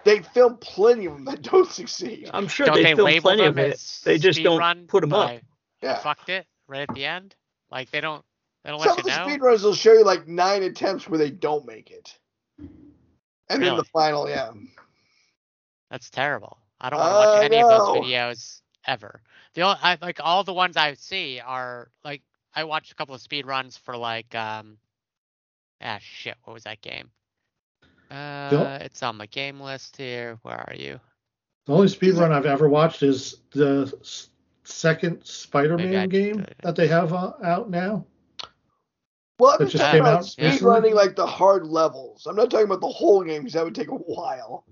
[SPEAKER 1] They film plenty of them that don't [LAUGHS] succeed.
[SPEAKER 3] I'm sure they, film plenty of it.
[SPEAKER 4] as
[SPEAKER 3] They just don't
[SPEAKER 4] speedrun
[SPEAKER 3] put 'em up.
[SPEAKER 4] by
[SPEAKER 1] Yeah.
[SPEAKER 4] Fucked it right at the end. Like they don't. They don't
[SPEAKER 1] Some
[SPEAKER 4] let
[SPEAKER 1] of
[SPEAKER 4] you
[SPEAKER 1] the
[SPEAKER 4] know.
[SPEAKER 1] speedruns will show you like nine attempts where they don't make it. And then the
[SPEAKER 4] Really?
[SPEAKER 1] final, yeah.
[SPEAKER 4] That's terrible. I don't want to watch
[SPEAKER 1] I
[SPEAKER 4] any of those
[SPEAKER 1] know.
[SPEAKER 4] videos ever. The only, I like all the ones I see are like I watched a couple of speed runs for like um ah shit, what was that game? Uh it's on my game list here. Where are you?
[SPEAKER 2] The only speedrun I've ever watched is the s- second
[SPEAKER 4] Maybe I
[SPEAKER 2] Spider-Man game
[SPEAKER 4] did.
[SPEAKER 2] that they have uh, out now.
[SPEAKER 1] Well, I'm
[SPEAKER 2] That
[SPEAKER 1] just
[SPEAKER 2] just
[SPEAKER 1] talking
[SPEAKER 4] came
[SPEAKER 1] about
[SPEAKER 4] out recently?
[SPEAKER 1] speedrunning like the hard levels. I'm not talking about the whole game because that would take a while.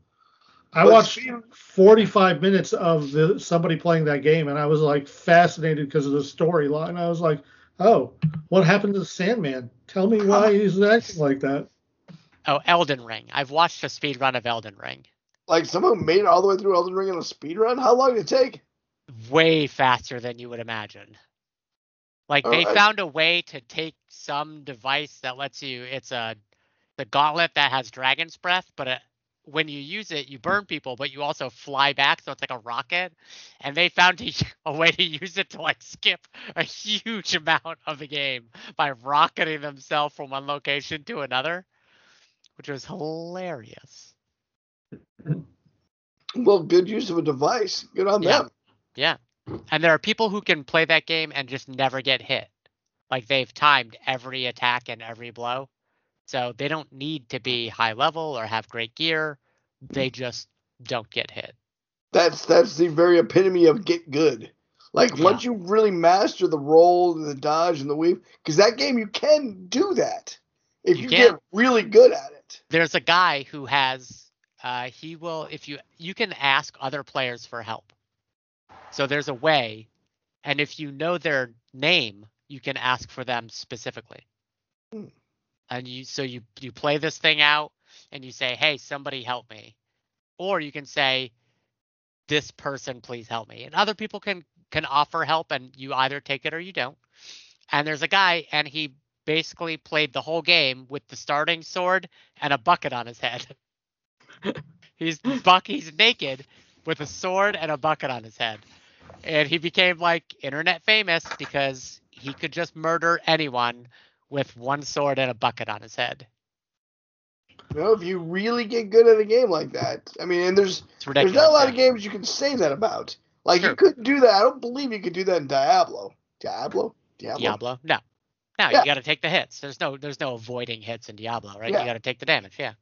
[SPEAKER 2] I
[SPEAKER 1] But
[SPEAKER 2] watched
[SPEAKER 1] speed-
[SPEAKER 2] 45 minutes of the somebody playing that game, and I was like fascinated because of the storyline. I was like, "Oh, what happened to the Sandman? Tell me why he's acting like that."
[SPEAKER 4] Oh, Elden Ring. I've watched a speed run of Elden Ring.
[SPEAKER 1] Like someone made it all the way through Elden Ring on a speedrun? How long did it take?
[SPEAKER 4] Way faster than you would imagine. Like they
[SPEAKER 1] Alright.
[SPEAKER 4] found a way to take some device that lets you it's a the gauntlet that has dragon's breath, but it, when you use it, you burn people, but you also fly back, so it's like a rocket. And they found a, [LAUGHS] a way to use it to like skip a huge amount of the game by rocketing themselves from one location to another, which was hilarious.
[SPEAKER 1] Well, good use of a device. Good on
[SPEAKER 4] Yeah.
[SPEAKER 1] them.
[SPEAKER 4] Yeah. And there are people who can play that game and just never get hit. Like they've timed every attack and every blow. So they don't need to be high level or have great gear. They just don't get hit.
[SPEAKER 1] That's that's the very epitome of get good. Like
[SPEAKER 4] Yeah.
[SPEAKER 1] once you really master the roll and the dodge and the weave, because that game you can do that if
[SPEAKER 4] You
[SPEAKER 1] you,
[SPEAKER 4] can.
[SPEAKER 1] get really good at it.
[SPEAKER 4] There's a guy who has uh he will if you you can ask other players for help. So there's a way and if you know their name, you can ask for them specifically.
[SPEAKER 1] Hmm.
[SPEAKER 4] and you so you you play this thing out and you say hey somebody help me or you can say this person please help me and other people can can offer help and you either take it or you don't and there's a guy and he basically played the whole game with the starting sword and a bucket on his head [LAUGHS] he's buck he's naked with a sword and a bucket on his head and he became like internet famous because he could just murder anyone with one sword and a bucket on his head.
[SPEAKER 1] You know, if you really get good at a game like that, I mean, and there's
[SPEAKER 4] It's
[SPEAKER 1] there's
[SPEAKER 4] ridiculous.
[SPEAKER 1] not a lot of
[SPEAKER 4] yeah.
[SPEAKER 1] games you can say that about. Like
[SPEAKER 4] Sure.
[SPEAKER 1] you couldn't do that. I don't believe you could do that in Diablo. Diablo. Diablo.
[SPEAKER 4] Diablo. No. No,
[SPEAKER 1] Yeah.
[SPEAKER 4] you got to take the hits. There's no there's no avoiding hits in Diablo, right?
[SPEAKER 1] Yeah.
[SPEAKER 4] You got to take the damage. Yeah.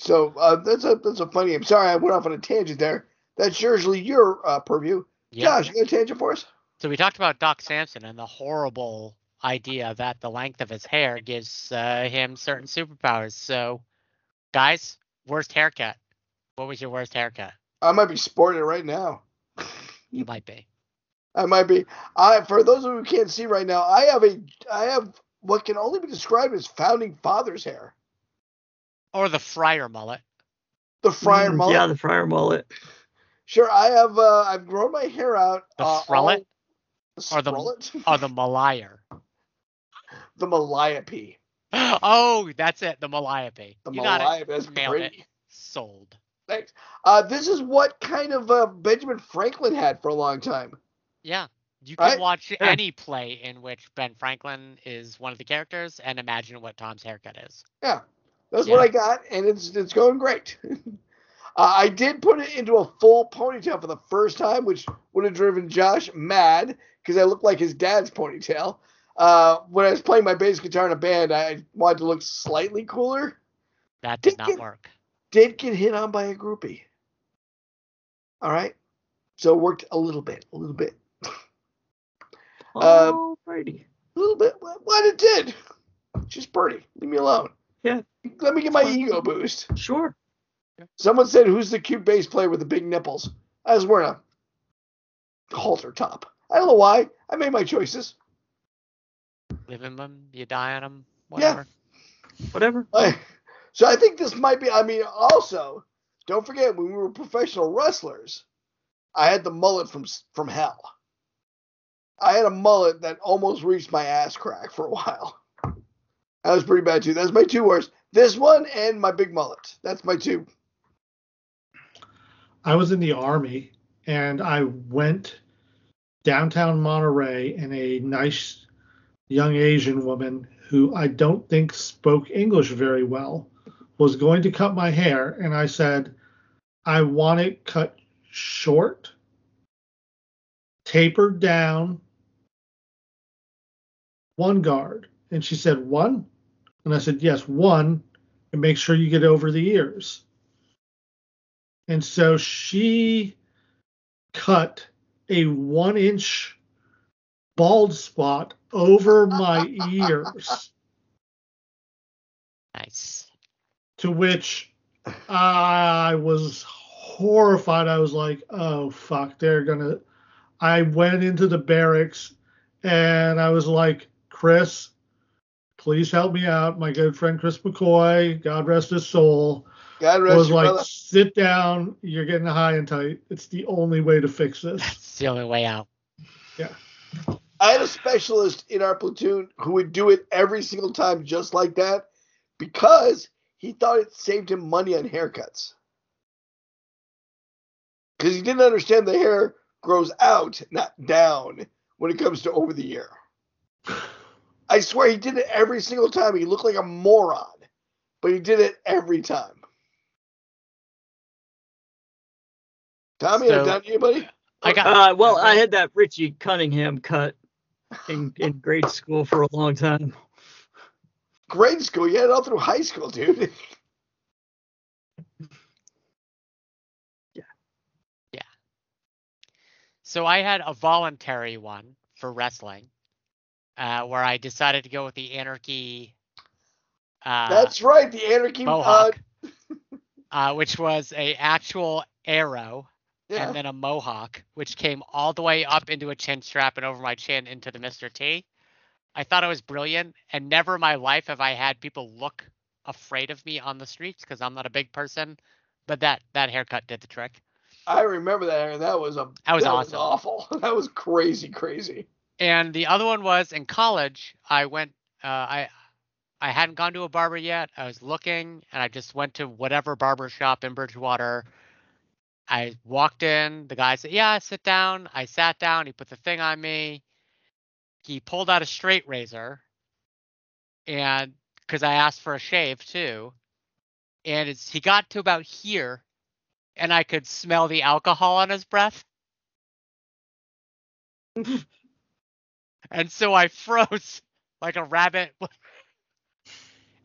[SPEAKER 1] So uh, that's a that's a funny game. Sorry, I went off on a tangent there. That's usually your uh, purview.
[SPEAKER 4] Yeah.
[SPEAKER 1] Josh, you got a tangent for us?
[SPEAKER 4] So we talked about Doc Samson and the horrible idea that the length of his hair gives uh, him certain superpowers. So guys, worst haircut. What was your worst haircut?
[SPEAKER 1] I might be sporting it right now.
[SPEAKER 4] You might be.
[SPEAKER 1] I might be. I for those of you who can't see right now, I have a I have what can only be described as founding father's hair.
[SPEAKER 4] Or the friar mullet.
[SPEAKER 1] The friar
[SPEAKER 3] Mm,
[SPEAKER 1] mullet.
[SPEAKER 3] Yeah, the fryer mullet.
[SPEAKER 1] Sure, I have. Uh, I've grown my hair out.
[SPEAKER 4] The
[SPEAKER 1] uh,
[SPEAKER 4] frullet?
[SPEAKER 1] all-
[SPEAKER 4] Or the-
[SPEAKER 1] frullet?
[SPEAKER 4] Or Oh, the malayer.
[SPEAKER 1] [LAUGHS] the Calliope.
[SPEAKER 4] [GASPS] Oh, that's it. The Calliope.
[SPEAKER 1] The
[SPEAKER 4] you got it.
[SPEAKER 1] Calliope. That's
[SPEAKER 4] Nailed
[SPEAKER 1] great.
[SPEAKER 4] it. Sold.
[SPEAKER 1] Thanks. Uh, this is what kind of uh, Benjamin Franklin had for a long time.
[SPEAKER 4] Yeah. You can
[SPEAKER 1] Right?
[SPEAKER 4] watch any play in which Ben Franklin is one of the characters and imagine what Tom's haircut is.
[SPEAKER 1] That's
[SPEAKER 4] Yeah.
[SPEAKER 1] what I got, and it's it's going great. [LAUGHS] uh, I did put it into a full ponytail for the first time, which would have driven Josh mad because I looked like his dad's ponytail. Uh, when I was playing my bass guitar in a band, I wanted to look slightly cooler.
[SPEAKER 4] That did
[SPEAKER 1] Did
[SPEAKER 4] not
[SPEAKER 1] you-
[SPEAKER 4] work.
[SPEAKER 1] Did get hit on by a groupie. All right, so it worked a little bit, a little bit, Uh,
[SPEAKER 3] Alrighty.
[SPEAKER 1] a little bit. What what it did? Just birdie. Leave me alone.
[SPEAKER 3] Yeah.
[SPEAKER 1] Let me get my ego boost.
[SPEAKER 3] Sure.
[SPEAKER 1] Someone said, "Who's the cute bass player with the big nipples?" I was wearing a halter top. I don't know why. I made my choices.
[SPEAKER 4] Live in them, you die on them,
[SPEAKER 1] Yeah.
[SPEAKER 4] whatever.
[SPEAKER 3] Whatever.
[SPEAKER 1] I- so I think this might be. I mean, also, don't forget when we were professional wrestlers, I had the mullet from s- from hell. I had a mullet that almost reached my ass crack for a while. That was pretty bad too. That's my two worst. This one and my big mullet. That's my two.
[SPEAKER 2] I was in the army and I went downtown Monterey and a nice young Asian woman who I don't think spoke English very well was going to cut my hair and I said I want it cut short tapered down one guard and she said one and I said yes one and make sure you get over the ears and so she cut a one inch bald spot over my ears,
[SPEAKER 4] Nice.
[SPEAKER 2] to which I was horrified. I was like, oh, fuck, they're going to. I went into the barracks and I was like, Chris, please help me out. My good friend Chris McCoy, God rest his soul.
[SPEAKER 1] God rest
[SPEAKER 2] was
[SPEAKER 1] your
[SPEAKER 2] like,
[SPEAKER 1] brother.
[SPEAKER 2] sit down. You're getting high and tight. It's the only way to fix this.
[SPEAKER 4] That's the only way out.
[SPEAKER 1] I had a specialist in our platoon who would do it every single time just like that because he thought it saved him money on haircuts. Because he didn't understand the hair grows out, not down, when it comes to over the ear. I swear he did it every single time. He looked like a moron, but he did it every time. Tommy,
[SPEAKER 4] So-
[SPEAKER 1] I down to you, buddy? [LAUGHS]
[SPEAKER 4] I got
[SPEAKER 3] Uh, well, I had that Richie Cunningham cut in, in grade school for a long time.
[SPEAKER 1] Grade school, you had it all through high school, dude.
[SPEAKER 4] So I had a voluntary one for wrestling, uh, where I decided to go with the anarchy. Uh,
[SPEAKER 1] That's right, the anarchy. Uh, [LAUGHS]
[SPEAKER 4] mohawk, uh, which was a actual arrow
[SPEAKER 1] yeah.
[SPEAKER 4] and then a mohawk, which came all the way up into a chin strap and over my chin into the Mr. T. I thought it was brilliant, and never in my life have I had people look afraid of me on the streets because I'm not a big person. But that that haircut did the trick.
[SPEAKER 1] I remember that. That was a
[SPEAKER 4] That was
[SPEAKER 1] was
[SPEAKER 4] awesome.
[SPEAKER 1] awful. [LAUGHS] That was crazy, crazy.
[SPEAKER 4] and the other one was in college i went uh, i i hadn't gone to a barber yet i was looking and i just went to whatever barber shop in bridgewater i walked in the guy said yeah sit down i sat down he put the thing on me he pulled out a straight razor and because i asked for a shave too and it's, he got to about here and i could smell the alcohol on his breath and so I froze like a rabbit. [LAUGHS]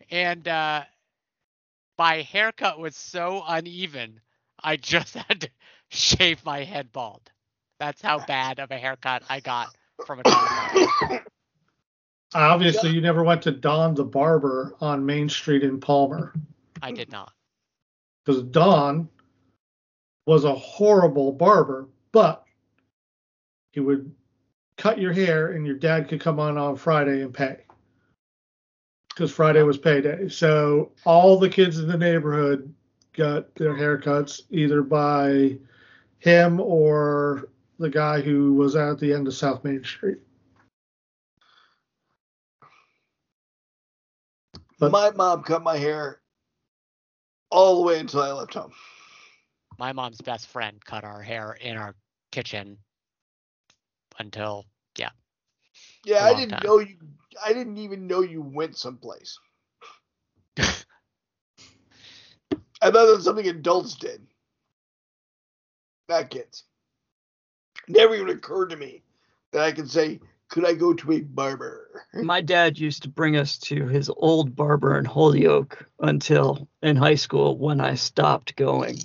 [SPEAKER 4] And uh, my haircut was so uneven, I just [LAUGHS] had to shave my head bald. That's how bad of a haircut I got from
[SPEAKER 1] [COUGHS]
[SPEAKER 4] a barber.
[SPEAKER 2] Obviously, you never went to Don the Barber on Main Street in Palmer
[SPEAKER 4] I did not.
[SPEAKER 2] because Don was a horrible barber, but he would cut your hair and your dad could come on on Friday and pay because Friday was payday. So all the kids in the neighborhood got their haircuts either by him or the guy who was out at the end of South Main Street. But-
[SPEAKER 1] my mom cut my hair all the way until I left home.
[SPEAKER 4] My mom's best friend cut our hair in our kitchen until
[SPEAKER 1] Yeah,
[SPEAKER 4] A
[SPEAKER 1] I
[SPEAKER 4] long
[SPEAKER 1] didn't
[SPEAKER 4] time.
[SPEAKER 1] know you. I didn't even know you went
[SPEAKER 4] [LAUGHS]
[SPEAKER 1] someplace. I thought that was something adults did, not kids. Never even occurred to me that I could say, "Could I go to a barber?"
[SPEAKER 3] My dad used to bring us to his old barber in Holyoke until in high school when I stopped going.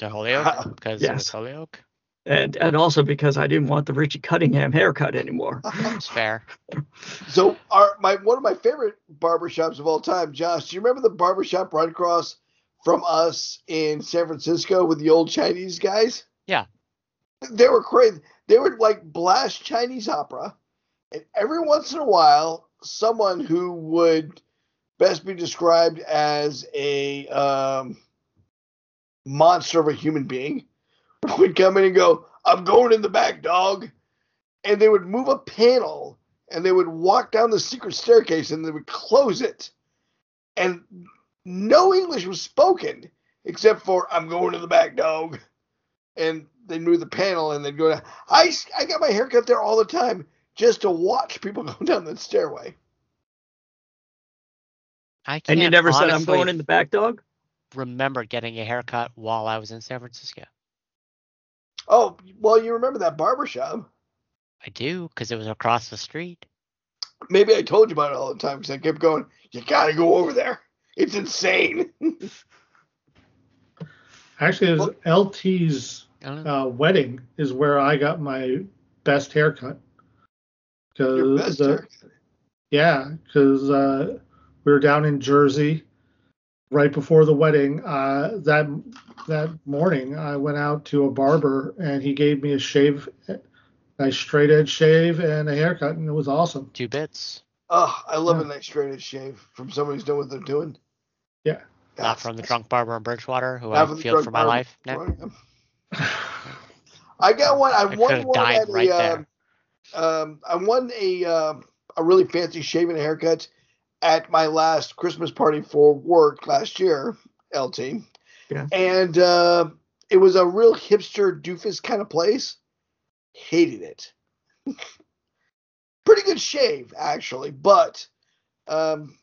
[SPEAKER 4] to Holyoke because it was
[SPEAKER 3] Yes.
[SPEAKER 4] Holyoke.
[SPEAKER 3] And and also because I didn't want the Richie Cunningham haircut anymore.
[SPEAKER 4] It's fair.
[SPEAKER 1] So our my one of my favorite barbershops of all time, Josh. Do you remember the barbershop right across from us in San Francisco with the old Chinese guys?
[SPEAKER 4] Yeah.
[SPEAKER 1] They were crazy. They would like blast Chinese opera, and every once in a while, someone who would best be described as a um, monster of a human being would come in and go, "I'm going in the back, dog," and they would move a panel and they would walk down the secret staircase and they would close it. And no English was spoken except for I'm going to the back dog. and they'd move the panel and they'd go down. I, s- I got my hair cut there all the time just to watch people [LAUGHS] go down that stairway.
[SPEAKER 4] I can't
[SPEAKER 3] And you never said I'm
[SPEAKER 4] honestly
[SPEAKER 3] going in the back, dog.
[SPEAKER 4] remember getting a haircut while I was in San Francisco.
[SPEAKER 1] Oh, well, you remember that barber shop?
[SPEAKER 4] I do because it was across the street.
[SPEAKER 1] Maybe I told you about it all the time because I kept going, you got to go over there. It's insane. [LAUGHS]
[SPEAKER 2] Actually, it was LT's
[SPEAKER 4] I don't know.
[SPEAKER 2] uh, wedding is where I got my best haircut.
[SPEAKER 1] Your
[SPEAKER 2] 'Cause
[SPEAKER 1] best
[SPEAKER 2] the-
[SPEAKER 1] hair.
[SPEAKER 2] Yeah, because uh, we were down in Jersey right before the wedding. Uh, that that morning, I went out to a barber and he gave me a shave, a straight edge shave, and a haircut, and it was awesome. [SIGHS]
[SPEAKER 4] Two bits,
[SPEAKER 1] Oh, I love
[SPEAKER 2] Yeah.
[SPEAKER 1] a nice straight edge shave from someone who's known what they're doing.
[SPEAKER 2] Yeah.
[SPEAKER 4] not from the drunk barber in Bridgewater, who
[SPEAKER 1] Not
[SPEAKER 4] I
[SPEAKER 1] from the
[SPEAKER 4] feel
[SPEAKER 1] drunk
[SPEAKER 4] for my
[SPEAKER 1] barber.
[SPEAKER 4] life. No.
[SPEAKER 1] I got one. I,
[SPEAKER 4] I
[SPEAKER 1] won
[SPEAKER 4] could've
[SPEAKER 1] one
[SPEAKER 4] died
[SPEAKER 1] at
[SPEAKER 4] right
[SPEAKER 1] a, um, um, I won a um, a really fancy shave and haircut at my last Christmas party for work last year, LT.
[SPEAKER 3] Yeah.
[SPEAKER 1] And uh, it was a real hipster doofus kind of place. Hated it. [LAUGHS] Pretty good shave actually, but um,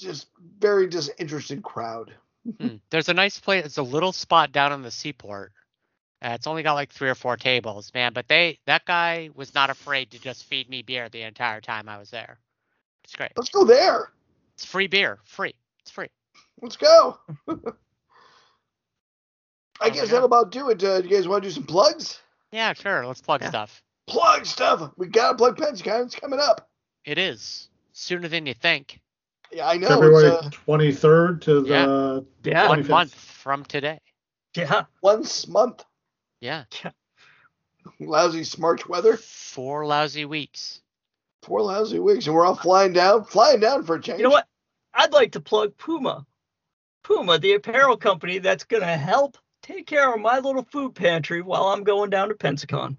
[SPEAKER 1] just very disinterested crowd.
[SPEAKER 4] Hmm. [LAUGHS] There's a nice place. It's a little spot down in the seaport. Uh, it's only got like three or four tables, man. But they that guy was not afraid to just feed me beer the entire time I was there. It's great.
[SPEAKER 1] Let's go there.
[SPEAKER 4] It's free beer. Free. It's free.
[SPEAKER 1] Let's go. [LAUGHS] I
[SPEAKER 4] Oh,
[SPEAKER 1] guess
[SPEAKER 4] yeah.
[SPEAKER 1] that'll about do it. Uh, you guys want to do some plugs?
[SPEAKER 4] Yeah, sure. Let's plug
[SPEAKER 3] Yeah.
[SPEAKER 4] stuff.
[SPEAKER 1] Plug stuff. We gotta plug PensaCon. It's coming up.
[SPEAKER 4] It is sooner than you think.
[SPEAKER 1] Yeah, I know.
[SPEAKER 2] February
[SPEAKER 1] It's uh,
[SPEAKER 2] 23rd to the
[SPEAKER 3] Yeah,
[SPEAKER 4] One
[SPEAKER 2] 25th.
[SPEAKER 4] month from today.
[SPEAKER 3] yeah.
[SPEAKER 1] once month.
[SPEAKER 4] Yeah.
[SPEAKER 1] Lousy smarch weather.
[SPEAKER 4] Four lousy weeks.
[SPEAKER 1] Four lousy weeks, and we're all flying down, flying down for a change.
[SPEAKER 3] You know what? I'd like to plug Puma. Puma, the apparel company that's going to help take care of my little food pantry while I'm going down to Pensacon.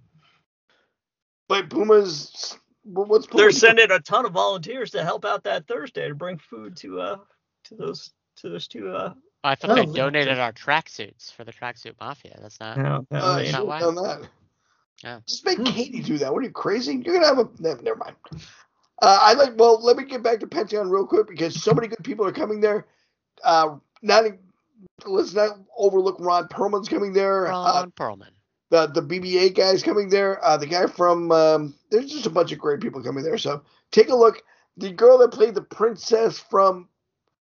[SPEAKER 1] But Puma's. wh- What's Puma?
[SPEAKER 3] They're sending a ton of volunteers to help out that Thursday to bring food to uh to those to those two uh
[SPEAKER 4] I thought they
[SPEAKER 2] Oh,
[SPEAKER 4] donated our tracksuits for the tracksuit mafia. That's not.
[SPEAKER 3] no, no,
[SPEAKER 1] Uh,
[SPEAKER 3] they-
[SPEAKER 1] should've
[SPEAKER 4] why?
[SPEAKER 1] done that.
[SPEAKER 4] Yeah.
[SPEAKER 1] Just make Katie do that. What are you crazy? You're gonna have a. ne- Never mind. Uh, I like. Well, let me get back to Pentagon real quick because so many good people are coming there. Uh, not. Let's not overlook Ron Perlman's coming there. Uh,
[SPEAKER 4] Ron Perlman.
[SPEAKER 1] the the BBA guy's coming there. Uh, the guy from um, there's just a bunch of great people coming there. So take a look. The girl that played the princess from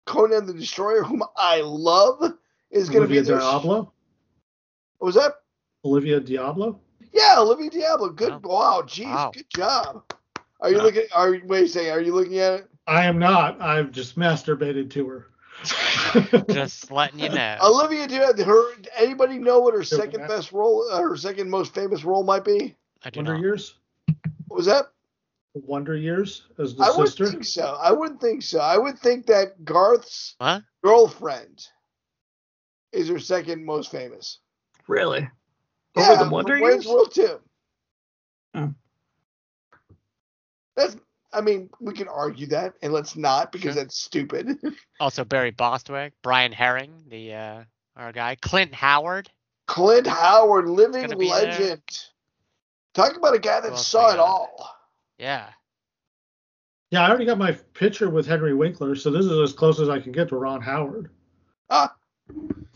[SPEAKER 1] Conan the Destroyer, whom I love, is going to be
[SPEAKER 2] Olivia
[SPEAKER 1] there.
[SPEAKER 2] Diablo.
[SPEAKER 1] What was that?
[SPEAKER 2] Olivia Diablo.
[SPEAKER 1] Yeah, Olivia Diablo. Good. Wow. Jeez.
[SPEAKER 4] Wow.
[SPEAKER 1] Good job. Are you
[SPEAKER 3] Wow.
[SPEAKER 1] looking? Are you wait? Say, are you looking at it?
[SPEAKER 2] I am not. I've just masturbated
[SPEAKER 1] [LAUGHS]
[SPEAKER 2] to her. [LAUGHS]
[SPEAKER 4] Just letting you know.
[SPEAKER 1] Olivia Diablo. Her. Anybody know what her
[SPEAKER 2] Sure,
[SPEAKER 1] second
[SPEAKER 2] yeah.
[SPEAKER 1] best role, uh, her second most famous role might be?
[SPEAKER 4] I do
[SPEAKER 2] Wonder
[SPEAKER 4] not.
[SPEAKER 2] Years.
[SPEAKER 1] What was that?
[SPEAKER 2] Wonder Years as the
[SPEAKER 1] I
[SPEAKER 2] sister.
[SPEAKER 1] wouldn't think so. I wouldn't think so. I would think that Garth's
[SPEAKER 4] What?
[SPEAKER 1] girlfriend is her second most famous.
[SPEAKER 3] really. Over the
[SPEAKER 1] from
[SPEAKER 3] Wonder
[SPEAKER 1] Wayne's
[SPEAKER 3] Years?
[SPEAKER 1] World too.
[SPEAKER 2] Oh.
[SPEAKER 3] Hmm.
[SPEAKER 1] That's. I mean, we can argue that, and let's not because
[SPEAKER 4] Sure.
[SPEAKER 1] that's stupid. [LAUGHS]
[SPEAKER 4] Also Barry Bostwick, Brian Herring, the uh, our guy, Clint Howard.
[SPEAKER 1] Clint Howard, living
[SPEAKER 4] Gonna be there.
[SPEAKER 1] legend. Talk about a guy
[SPEAKER 4] Who
[SPEAKER 1] that
[SPEAKER 4] else
[SPEAKER 1] saw
[SPEAKER 4] we
[SPEAKER 1] it
[SPEAKER 4] got?
[SPEAKER 1] all.
[SPEAKER 4] Yeah.
[SPEAKER 2] Yeah, I already got my picture with Henry Winkler, so this is as close as I can get to Ron Howard.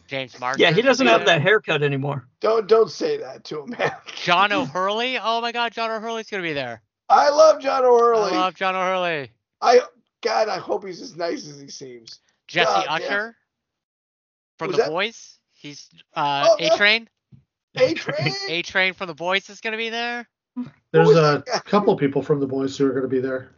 [SPEAKER 4] James Martin.
[SPEAKER 3] Yeah, he doesn't have
[SPEAKER 4] that.
[SPEAKER 3] that haircut anymore.
[SPEAKER 1] Don't don't say that to him,
[SPEAKER 4] [LAUGHS]
[SPEAKER 1] man. [LAUGHS]
[SPEAKER 4] John O'Hurley. Oh my God, John O'Hurley's gonna be there.
[SPEAKER 1] I love John O'Hurley.
[SPEAKER 4] I love John O'Hurley.
[SPEAKER 1] I God, I hope he's as nice as he seems.
[SPEAKER 4] Jesse
[SPEAKER 1] God, yeah.
[SPEAKER 4] Usher from
[SPEAKER 1] Who's
[SPEAKER 4] The
[SPEAKER 1] that?
[SPEAKER 4] Voice. He's uh,
[SPEAKER 1] Oh, yeah.
[SPEAKER 4] A Train.
[SPEAKER 1] A train.
[SPEAKER 4] A Train from The Voice is gonna be there.
[SPEAKER 2] There's
[SPEAKER 1] was
[SPEAKER 2] a
[SPEAKER 1] that [LAUGHS] guy?
[SPEAKER 2] couple people from the boys who are going to be there.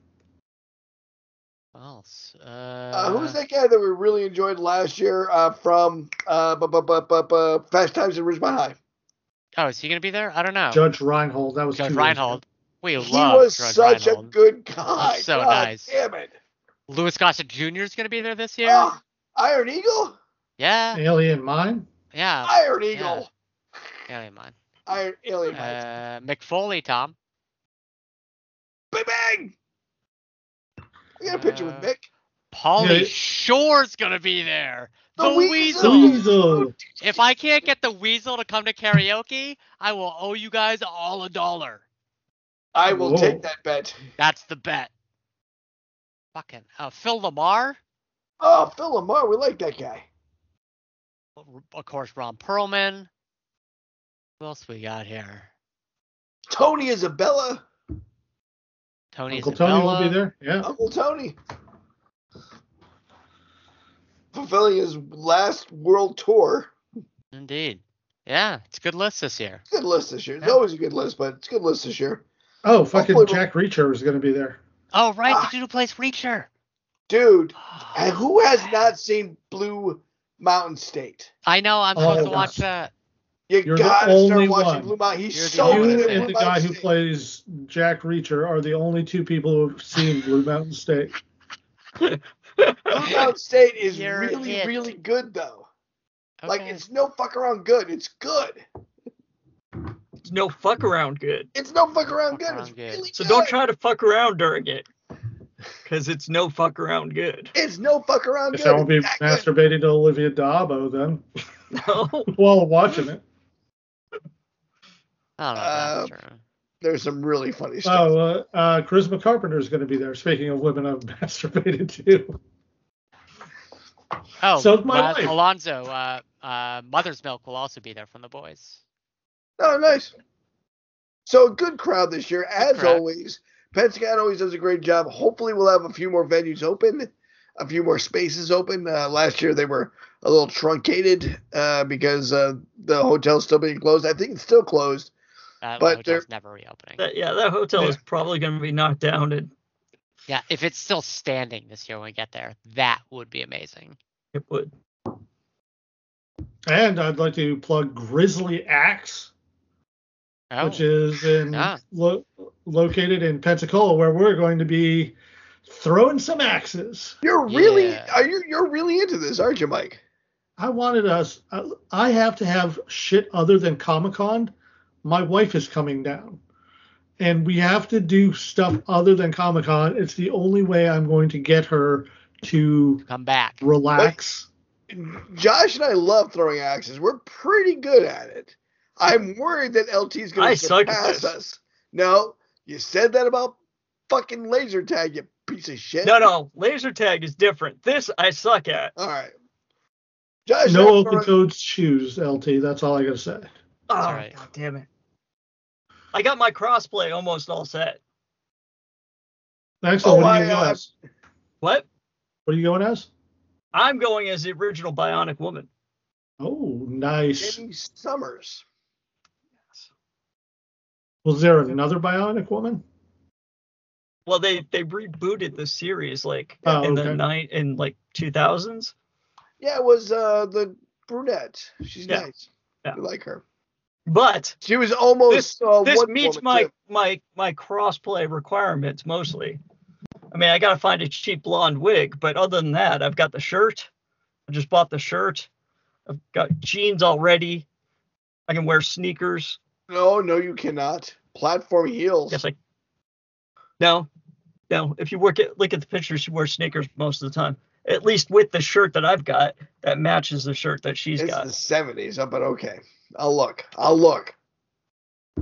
[SPEAKER 4] Who else? Uh,
[SPEAKER 1] Uh, who was that guy that we really enjoyed last year uh, from uh, bu- bu- bu- bu- bu- Fast Times at Ridgemont High?
[SPEAKER 4] Oh, is he gonna be there? I don't know.
[SPEAKER 2] Judge Reinhold, that was
[SPEAKER 4] Judge
[SPEAKER 2] two years
[SPEAKER 4] Reinhold.
[SPEAKER 2] ago.
[SPEAKER 4] We love
[SPEAKER 1] he was
[SPEAKER 4] Judge
[SPEAKER 1] such
[SPEAKER 4] Reinhold.
[SPEAKER 1] a good guy.
[SPEAKER 4] He's so
[SPEAKER 1] God
[SPEAKER 4] nice.
[SPEAKER 1] Damn it.
[SPEAKER 4] Louis Gossett Jr. is gonna be there this year.
[SPEAKER 1] Ah, Iron Eagle?
[SPEAKER 4] Yeah.
[SPEAKER 2] Alien Mine.
[SPEAKER 4] Yeah.
[SPEAKER 1] Iron
[SPEAKER 4] Uh, yeah.
[SPEAKER 1] Eagle.
[SPEAKER 4] Yeah, mine.
[SPEAKER 1] Iron Alien. Mike.
[SPEAKER 4] Uh, McFoley, Tom.
[SPEAKER 1] Bang bang! I got a picture with
[SPEAKER 4] uh,
[SPEAKER 1] Mick.
[SPEAKER 4] Paulie
[SPEAKER 2] Yeah.
[SPEAKER 4] Shore's gonna be there.
[SPEAKER 1] The
[SPEAKER 4] The,
[SPEAKER 1] Weasel.
[SPEAKER 4] weasel.
[SPEAKER 1] So-
[SPEAKER 2] Weasel.
[SPEAKER 4] If I can't get the weasel to come to karaoke, I will owe you guys all a dollar.
[SPEAKER 1] I will
[SPEAKER 2] Whoa.
[SPEAKER 1] take that bet.
[SPEAKER 4] That's the bet. Fucking uh, Phil Lamar,
[SPEAKER 1] Oh, Phil Lamar, we like that guy.
[SPEAKER 4] of course. Ron Perlman. Who else we got here?
[SPEAKER 1] Tony Isabella,
[SPEAKER 4] Tony
[SPEAKER 2] Uncle
[SPEAKER 4] Isabella.
[SPEAKER 2] Tony will be there. Yeah.
[SPEAKER 1] Uncle Tony, fulfilling his last world tour.
[SPEAKER 4] Indeed. Yeah, it's a good list this year.
[SPEAKER 1] Good list this year. It's
[SPEAKER 4] Yeah.
[SPEAKER 1] always a good list, but it's a good list this year.
[SPEAKER 2] Oh,
[SPEAKER 1] Hopefully
[SPEAKER 2] fucking
[SPEAKER 1] we'll-
[SPEAKER 2] Jack Reacher is going to be there.
[SPEAKER 4] Oh, right,
[SPEAKER 1] Ah.
[SPEAKER 4] the dude who
[SPEAKER 1] [SIGHS]
[SPEAKER 4] plays Reacher.
[SPEAKER 1] Dude, and who has not seen Blue Mountain State?
[SPEAKER 4] I know. I'm
[SPEAKER 2] Oh,
[SPEAKER 4] supposed to
[SPEAKER 2] yes.
[SPEAKER 4] watch that.
[SPEAKER 1] You
[SPEAKER 2] You're the
[SPEAKER 1] gotta start watching
[SPEAKER 2] only one.
[SPEAKER 1] Blue Mountain. He's
[SPEAKER 4] You're the
[SPEAKER 1] so good
[SPEAKER 4] only
[SPEAKER 2] you
[SPEAKER 1] at
[SPEAKER 4] one.
[SPEAKER 1] Blue
[SPEAKER 2] and the
[SPEAKER 1] Mountain
[SPEAKER 2] guy who
[SPEAKER 1] State.
[SPEAKER 2] plays Jack Reacher are the only two people who have seen Blue
[SPEAKER 1] [LAUGHS]
[SPEAKER 2] Mountain State.
[SPEAKER 1] Blue Mountain State is
[SPEAKER 4] You're
[SPEAKER 1] really,
[SPEAKER 4] it.
[SPEAKER 1] really good though. Like
[SPEAKER 4] Okay.
[SPEAKER 1] it's no fuck around good. It's good.
[SPEAKER 3] It's no fuck around good.
[SPEAKER 1] It's no fuck around
[SPEAKER 4] Fuck
[SPEAKER 1] good.
[SPEAKER 4] around
[SPEAKER 1] It's
[SPEAKER 4] good.
[SPEAKER 1] really
[SPEAKER 3] So
[SPEAKER 1] good.
[SPEAKER 3] don't try to fuck around during it. Because it's no fuck around good. [LAUGHS]
[SPEAKER 1] It's no fuck around
[SPEAKER 2] Guess
[SPEAKER 1] good.
[SPEAKER 2] I won't be
[SPEAKER 1] It's that good.
[SPEAKER 2] masturbating to Olivia Dabo then
[SPEAKER 3] No.
[SPEAKER 2] while watching it.
[SPEAKER 4] I don't
[SPEAKER 1] uh,
[SPEAKER 4] know. if that's true.
[SPEAKER 1] There's some really funny stuff.
[SPEAKER 2] Oh, uh, uh, Charisma Carpenter is going to be there. Speaking of women I've [LAUGHS] masturbated to.
[SPEAKER 4] Oh,
[SPEAKER 2] so is my
[SPEAKER 4] Al-
[SPEAKER 2] wife.
[SPEAKER 4] Alonzo, uh, uh, Mother's Milk will also be there from the boys.
[SPEAKER 1] Oh, nice. So a good crowd this year, as
[SPEAKER 4] crowd.
[SPEAKER 1] always. Pensacola always does a great job. Hopefully, we'll have a few more venues open, a few more spaces open. Uh, last year they were a little truncated uh, because uh, the hotel's still being closed. I think it's still closed.
[SPEAKER 4] That
[SPEAKER 1] But
[SPEAKER 4] hotel's Uh, never reopening.
[SPEAKER 3] That, yeah, that hotel is
[SPEAKER 2] Yeah.
[SPEAKER 3] probably going to be knocked down and
[SPEAKER 4] yeah, if it's still standing this year when we get there, that would be amazing.
[SPEAKER 3] it would.
[SPEAKER 2] And I'd like to plug Grizzly Axe,
[SPEAKER 4] Oh,
[SPEAKER 2] which is in
[SPEAKER 4] Yeah.
[SPEAKER 2] lo- located in Pensacola, where we're going to be throwing some axes.
[SPEAKER 1] You're really
[SPEAKER 4] Yeah.
[SPEAKER 1] are you you're really into this, aren't you, Mike?
[SPEAKER 2] I wanted us. I, I have to have shit other than Comic Con. My wife is coming down, and we have to do stuff other than Comic Con. It's the only way I'm going to get her to
[SPEAKER 4] come back.
[SPEAKER 2] relax.
[SPEAKER 1] Josh and I love throwing axes. We're pretty good at it. I'm worried that LT's going
[SPEAKER 3] I
[SPEAKER 1] to
[SPEAKER 3] suck at
[SPEAKER 1] surpass
[SPEAKER 3] this.
[SPEAKER 1] us. No, you said that about fucking laser tag, you piece of shit.
[SPEAKER 3] No, no, laser tag is different. This I suck at.
[SPEAKER 1] All right. Josh, and I
[SPEAKER 2] No
[SPEAKER 1] are
[SPEAKER 2] open
[SPEAKER 1] throwing-
[SPEAKER 2] codes shoes, LT. That's all I gotta say.
[SPEAKER 3] Oh,
[SPEAKER 4] all right.
[SPEAKER 3] God damn it. I got my crossplay almost all set.
[SPEAKER 2] Actually,
[SPEAKER 1] Oh,
[SPEAKER 2] what are
[SPEAKER 1] I,
[SPEAKER 2] you going
[SPEAKER 1] uh,
[SPEAKER 2] as?
[SPEAKER 3] What?
[SPEAKER 2] What are you going as?
[SPEAKER 3] I'm going as the original Bionic Woman.
[SPEAKER 2] Oh, nice.
[SPEAKER 1] Jenny Summers.
[SPEAKER 2] Was there another Bionic Woman?
[SPEAKER 3] Well, they they rebooted the series like
[SPEAKER 2] Oh,
[SPEAKER 3] in the
[SPEAKER 2] okay.
[SPEAKER 3] night in like 2000s.
[SPEAKER 1] Yeah, it was uh, the brunette. She's
[SPEAKER 3] Yeah.
[SPEAKER 1] nice.
[SPEAKER 3] Yeah.
[SPEAKER 1] We like her.
[SPEAKER 3] But
[SPEAKER 1] She was almost. uh,
[SPEAKER 3] this
[SPEAKER 1] Wonder
[SPEAKER 3] meets
[SPEAKER 1] Woman,
[SPEAKER 3] my
[SPEAKER 1] too.
[SPEAKER 3] my my crossplay requirements mostly. I mean, I gotta find a cheap blonde wig, but other than that, I've got the shirt. I just bought the shirt. I've got jeans already. I can wear sneakers.
[SPEAKER 1] No, no, you cannot. Platform heels.
[SPEAKER 3] Yes, I. No, no. If you work at look at the pictures, she wears sneakers most of the time. At least with the shirt that I've got, that matches the shirt that she's
[SPEAKER 1] it's
[SPEAKER 3] got.
[SPEAKER 1] the 70s, uh, but okay. I'll look. I'll look.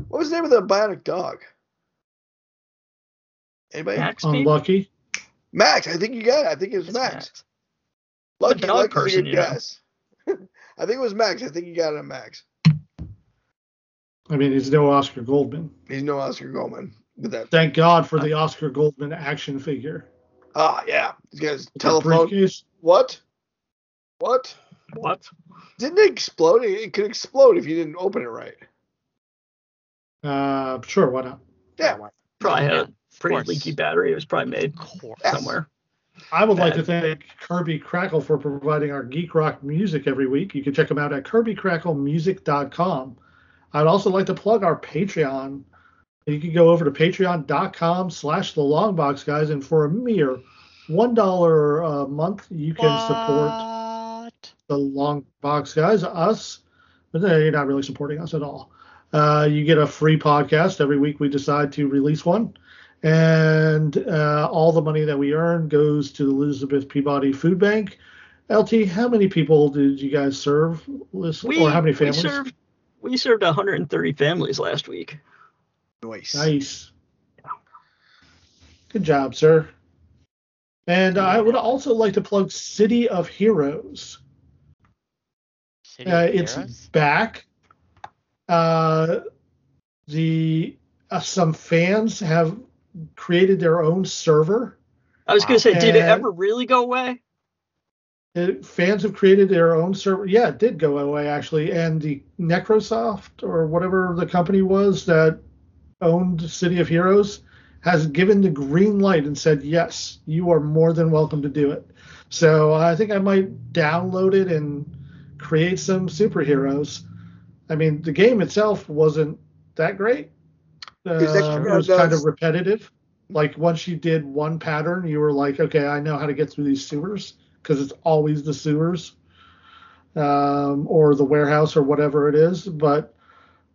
[SPEAKER 1] What was the name of the bionic dog? Anybody? Max,
[SPEAKER 2] Oh,
[SPEAKER 3] Max, maybe?
[SPEAKER 2] Unlucky.
[SPEAKER 1] I think you got it. I think it was
[SPEAKER 3] It's
[SPEAKER 1] Max.
[SPEAKER 3] Max.
[SPEAKER 1] Lucky,
[SPEAKER 3] dog
[SPEAKER 1] Lucky's a
[SPEAKER 3] person,
[SPEAKER 1] good
[SPEAKER 3] you know.
[SPEAKER 1] guess. I think it [LAUGHS] was Max. I think you got it on Max.
[SPEAKER 2] I mean, he's no Oscar Goldman.
[SPEAKER 1] He's no Oscar Goldman. But that
[SPEAKER 2] Thank God
[SPEAKER 1] Uh,
[SPEAKER 2] for the Oscar Goldman action figure.
[SPEAKER 1] ah yeah. He's got his
[SPEAKER 2] The
[SPEAKER 1] telephone.
[SPEAKER 2] briefcase.
[SPEAKER 1] What? What?
[SPEAKER 3] What?
[SPEAKER 1] Didn't it explode? It it could explode if you didn't open it right.
[SPEAKER 2] Uh, sure, why not?
[SPEAKER 1] Yeah.
[SPEAKER 3] Probably had
[SPEAKER 4] Yeah,
[SPEAKER 3] a pretty leaky battery. It was probably made
[SPEAKER 4] Of course.
[SPEAKER 1] Yes.
[SPEAKER 3] somewhere.
[SPEAKER 2] I would like
[SPEAKER 3] Bad.
[SPEAKER 2] to thank Kirby Crackle for providing our geek rock music every week. You can check him out at kirbycracklemusic.com. I'd also like to plug our Patreon. You can go over to patreon.com slash the longbox guys, and for a mere $1 a month, you can support
[SPEAKER 4] What?
[SPEAKER 2] the long box guys, us, but no, you're not really supporting us at all. Uh, you get a free podcast every week. We decide to release one, and uh, all the money that we earn goes to the Elizabeth Peabody Food Bank. LT, how many people did you guys serve? This,
[SPEAKER 3] We,
[SPEAKER 2] or how many
[SPEAKER 3] we
[SPEAKER 2] families?
[SPEAKER 3] served we served 130 families last week.
[SPEAKER 1] Nice.
[SPEAKER 2] Nice. Good job, sir. And I would also like to plug City of Heroes.
[SPEAKER 4] City
[SPEAKER 2] Uh,
[SPEAKER 4] of
[SPEAKER 2] it's
[SPEAKER 4] Heroes?
[SPEAKER 2] back. Uh, the uh, some fans have created their own server.
[SPEAKER 3] I was
[SPEAKER 4] Wow.
[SPEAKER 3] gonna say, did it
[SPEAKER 2] Uh,
[SPEAKER 3] ever really go away?
[SPEAKER 2] Uh, fans have created their own server. Yeah, it did go away actually, and the Necrosoft or whatever the company was that owned City of Heroes has given the green light and said yes, you are more than welcome to do it. So I think I might download it and create some superheroes. I mean, the game itself wasn't that great. Uh,
[SPEAKER 1] Is that-
[SPEAKER 2] it was kind
[SPEAKER 1] that's-
[SPEAKER 2] of repetitive. Like once you did one pattern, you were like, okay, I know how to get through these sewers because it's always the sewers um, or the warehouse or whatever it is. But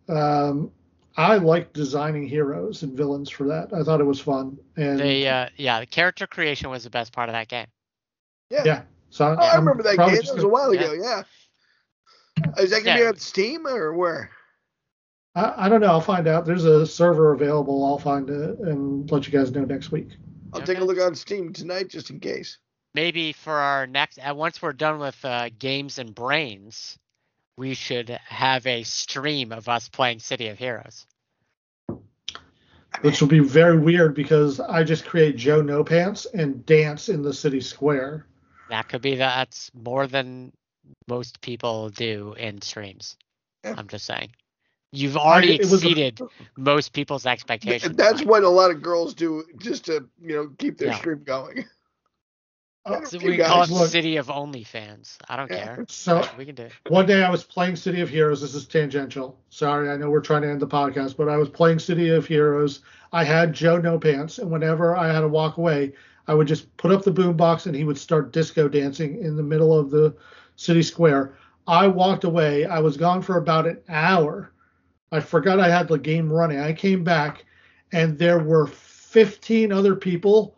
[SPEAKER 2] um, I like designing heroes and villains for that. I thought it was fun. And
[SPEAKER 4] The uh, yeah, the character creation was the best part of that game.
[SPEAKER 2] yeah, so
[SPEAKER 1] Oh, I
[SPEAKER 2] I'm
[SPEAKER 1] remember that game.
[SPEAKER 2] probably
[SPEAKER 1] That
[SPEAKER 2] just
[SPEAKER 1] was a
[SPEAKER 2] gonna-
[SPEAKER 1] while ago. Yeah. Is that gonna
[SPEAKER 4] Yeah.
[SPEAKER 1] be on Steam or where?
[SPEAKER 2] I, I don't know. I'll find out. There's a server available. I'll find it and let you guys know next week.
[SPEAKER 1] I'll take a
[SPEAKER 4] Okay.
[SPEAKER 1] look on Steam tonight just in case.
[SPEAKER 4] Maybe for our next, uh, once we're done with uh, games and brains, we should have a stream of us playing City of Heroes.
[SPEAKER 2] which will be very weird because I just create Joe No Pants and dance in the city square.
[SPEAKER 4] That could be that's more than most people do in streams.
[SPEAKER 1] Yeah.
[SPEAKER 4] I'm just saying. You've already
[SPEAKER 2] it was a-
[SPEAKER 4] exceeded most people's
[SPEAKER 1] Th-
[SPEAKER 4] expectations.
[SPEAKER 1] That's
[SPEAKER 4] Mike.
[SPEAKER 1] what a lot of girls do just to you know keep their
[SPEAKER 4] Yeah.
[SPEAKER 1] stream going.
[SPEAKER 2] Uh,
[SPEAKER 1] That's
[SPEAKER 4] So
[SPEAKER 1] you
[SPEAKER 4] we call
[SPEAKER 1] guys
[SPEAKER 4] it
[SPEAKER 2] look.
[SPEAKER 4] City of OnlyFans. I don't
[SPEAKER 1] Yeah.
[SPEAKER 4] care.
[SPEAKER 2] [LAUGHS] So
[SPEAKER 4] We can do [LAUGHS] it.
[SPEAKER 2] one day I was playing City of Heroes. This is tangential. Sorry, I know we're trying to end the podcast, but I was playing City of Heroes. I had Joe No Pants, and whenever I had to walk away, I would just put up the boombox and he would start disco dancing in the middle of the city square. I walked away. I was gone for about an hour. I forgot I had the game running. I came back, and there were 15 other people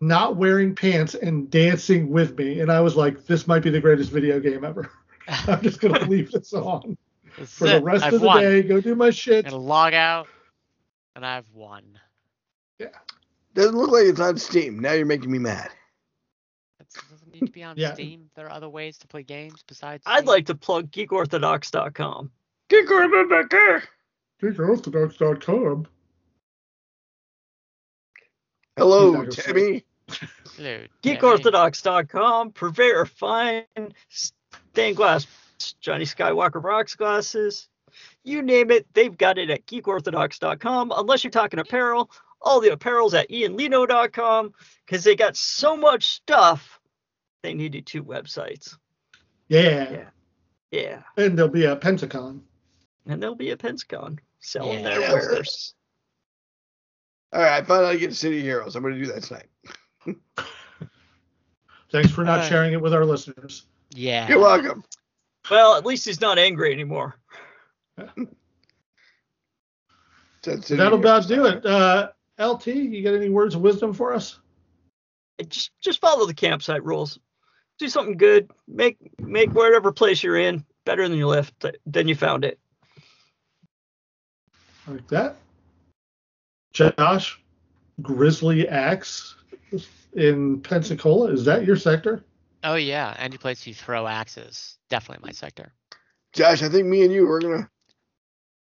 [SPEAKER 2] not wearing pants and dancing with me. And I was like, this might be the greatest video game ever. [LAUGHS] I'm just going to leave this on
[SPEAKER 4] This is
[SPEAKER 2] for the
[SPEAKER 4] it.
[SPEAKER 2] rest
[SPEAKER 4] I've
[SPEAKER 2] of the
[SPEAKER 4] won.
[SPEAKER 2] day. Go do my
[SPEAKER 4] I'm
[SPEAKER 2] shit.
[SPEAKER 4] gonna log out, and I've won.
[SPEAKER 1] Doesn't look like it's on Steam. Now you're making me mad.
[SPEAKER 4] It doesn't need to be on
[SPEAKER 2] Yeah.
[SPEAKER 4] Steam. There are other ways to play games besides.
[SPEAKER 3] I'd
[SPEAKER 4] Steam.
[SPEAKER 3] like to plug geekorthodox.com.
[SPEAKER 1] Kick her in the back.
[SPEAKER 2] Greekorthodox.com.
[SPEAKER 1] Hello,
[SPEAKER 2] He's not gonna
[SPEAKER 1] Timmy.
[SPEAKER 4] Hello, Tammy.
[SPEAKER 3] geekorthodox.com, purveyor of fine stained glass, Johnny Skywalker rocks glasses, you name it, they've got it at geekorthodox.com. Unless you're talking apparel, all the apparel's at ianlino.com because they got so much stuff, they needed two websites.
[SPEAKER 2] Yeah.
[SPEAKER 3] Yeah. Yeah,
[SPEAKER 2] And there'll be a Pentacon.
[SPEAKER 3] and they'll be at Pensacon selling
[SPEAKER 4] Yeah.
[SPEAKER 3] their wares.
[SPEAKER 1] All right, I found out I get City Heroes. I'm gonna do that tonight.
[SPEAKER 2] Thanks for not
[SPEAKER 4] Alright.
[SPEAKER 2] sharing it with our listeners.
[SPEAKER 4] Yeah.
[SPEAKER 1] You're welcome.
[SPEAKER 3] Well, at least he's not angry anymore.
[SPEAKER 1] Said City
[SPEAKER 2] That'll about
[SPEAKER 1] Heroes.
[SPEAKER 2] do it. Uh, LT, you got any words of wisdom for us?
[SPEAKER 3] And Just just follow the campsite rules. Do something good. Make make whatever place you're in better than you left than you found it.
[SPEAKER 2] Like that. Josh, Grizzly Axe in Pensacola. Is that your sector?
[SPEAKER 4] Oh yeah. Any place you throw axes, definitely my sector.
[SPEAKER 1] Josh, I think me and you we're gonna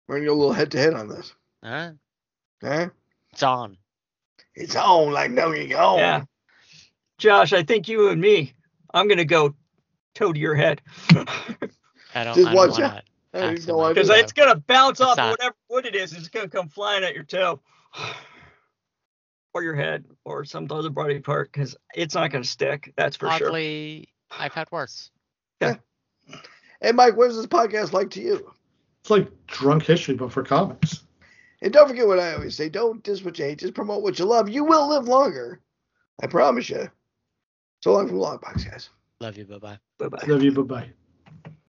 [SPEAKER 1] we're gonna go a little head to head on this.
[SPEAKER 4] Huh?
[SPEAKER 1] Huh?
[SPEAKER 4] It's on.
[SPEAKER 1] It's on like no you go.
[SPEAKER 4] Oh.
[SPEAKER 3] Yeah. Josh, I think you and me, I'm going to go toe to your
[SPEAKER 4] [LAUGHS]
[SPEAKER 3] head
[SPEAKER 4] I don't.
[SPEAKER 1] Just
[SPEAKER 4] I don't
[SPEAKER 1] watch out.
[SPEAKER 4] wanna,
[SPEAKER 1] I just don't wanna do
[SPEAKER 3] because
[SPEAKER 4] Absolutely.
[SPEAKER 1] that.
[SPEAKER 3] it's going to bounce
[SPEAKER 4] It's
[SPEAKER 3] off
[SPEAKER 4] not-
[SPEAKER 3] whatever wood it is. It's going to come flying at your toe [SIGHS] or your head or some other body part because it's not going to stick. That's for sure.
[SPEAKER 4] oddly, I've had worse.
[SPEAKER 1] Hey Mike, what is this podcast like to you?
[SPEAKER 2] It's like drunk history, but for comics.
[SPEAKER 1] And don't forget what I always say: don't diss what you hate, just promote what you love. You will live longer, I promise you. So long from Longbox, guys.
[SPEAKER 4] Love you. Bye bye.
[SPEAKER 3] Bye bye.
[SPEAKER 2] Love you. Bye bye.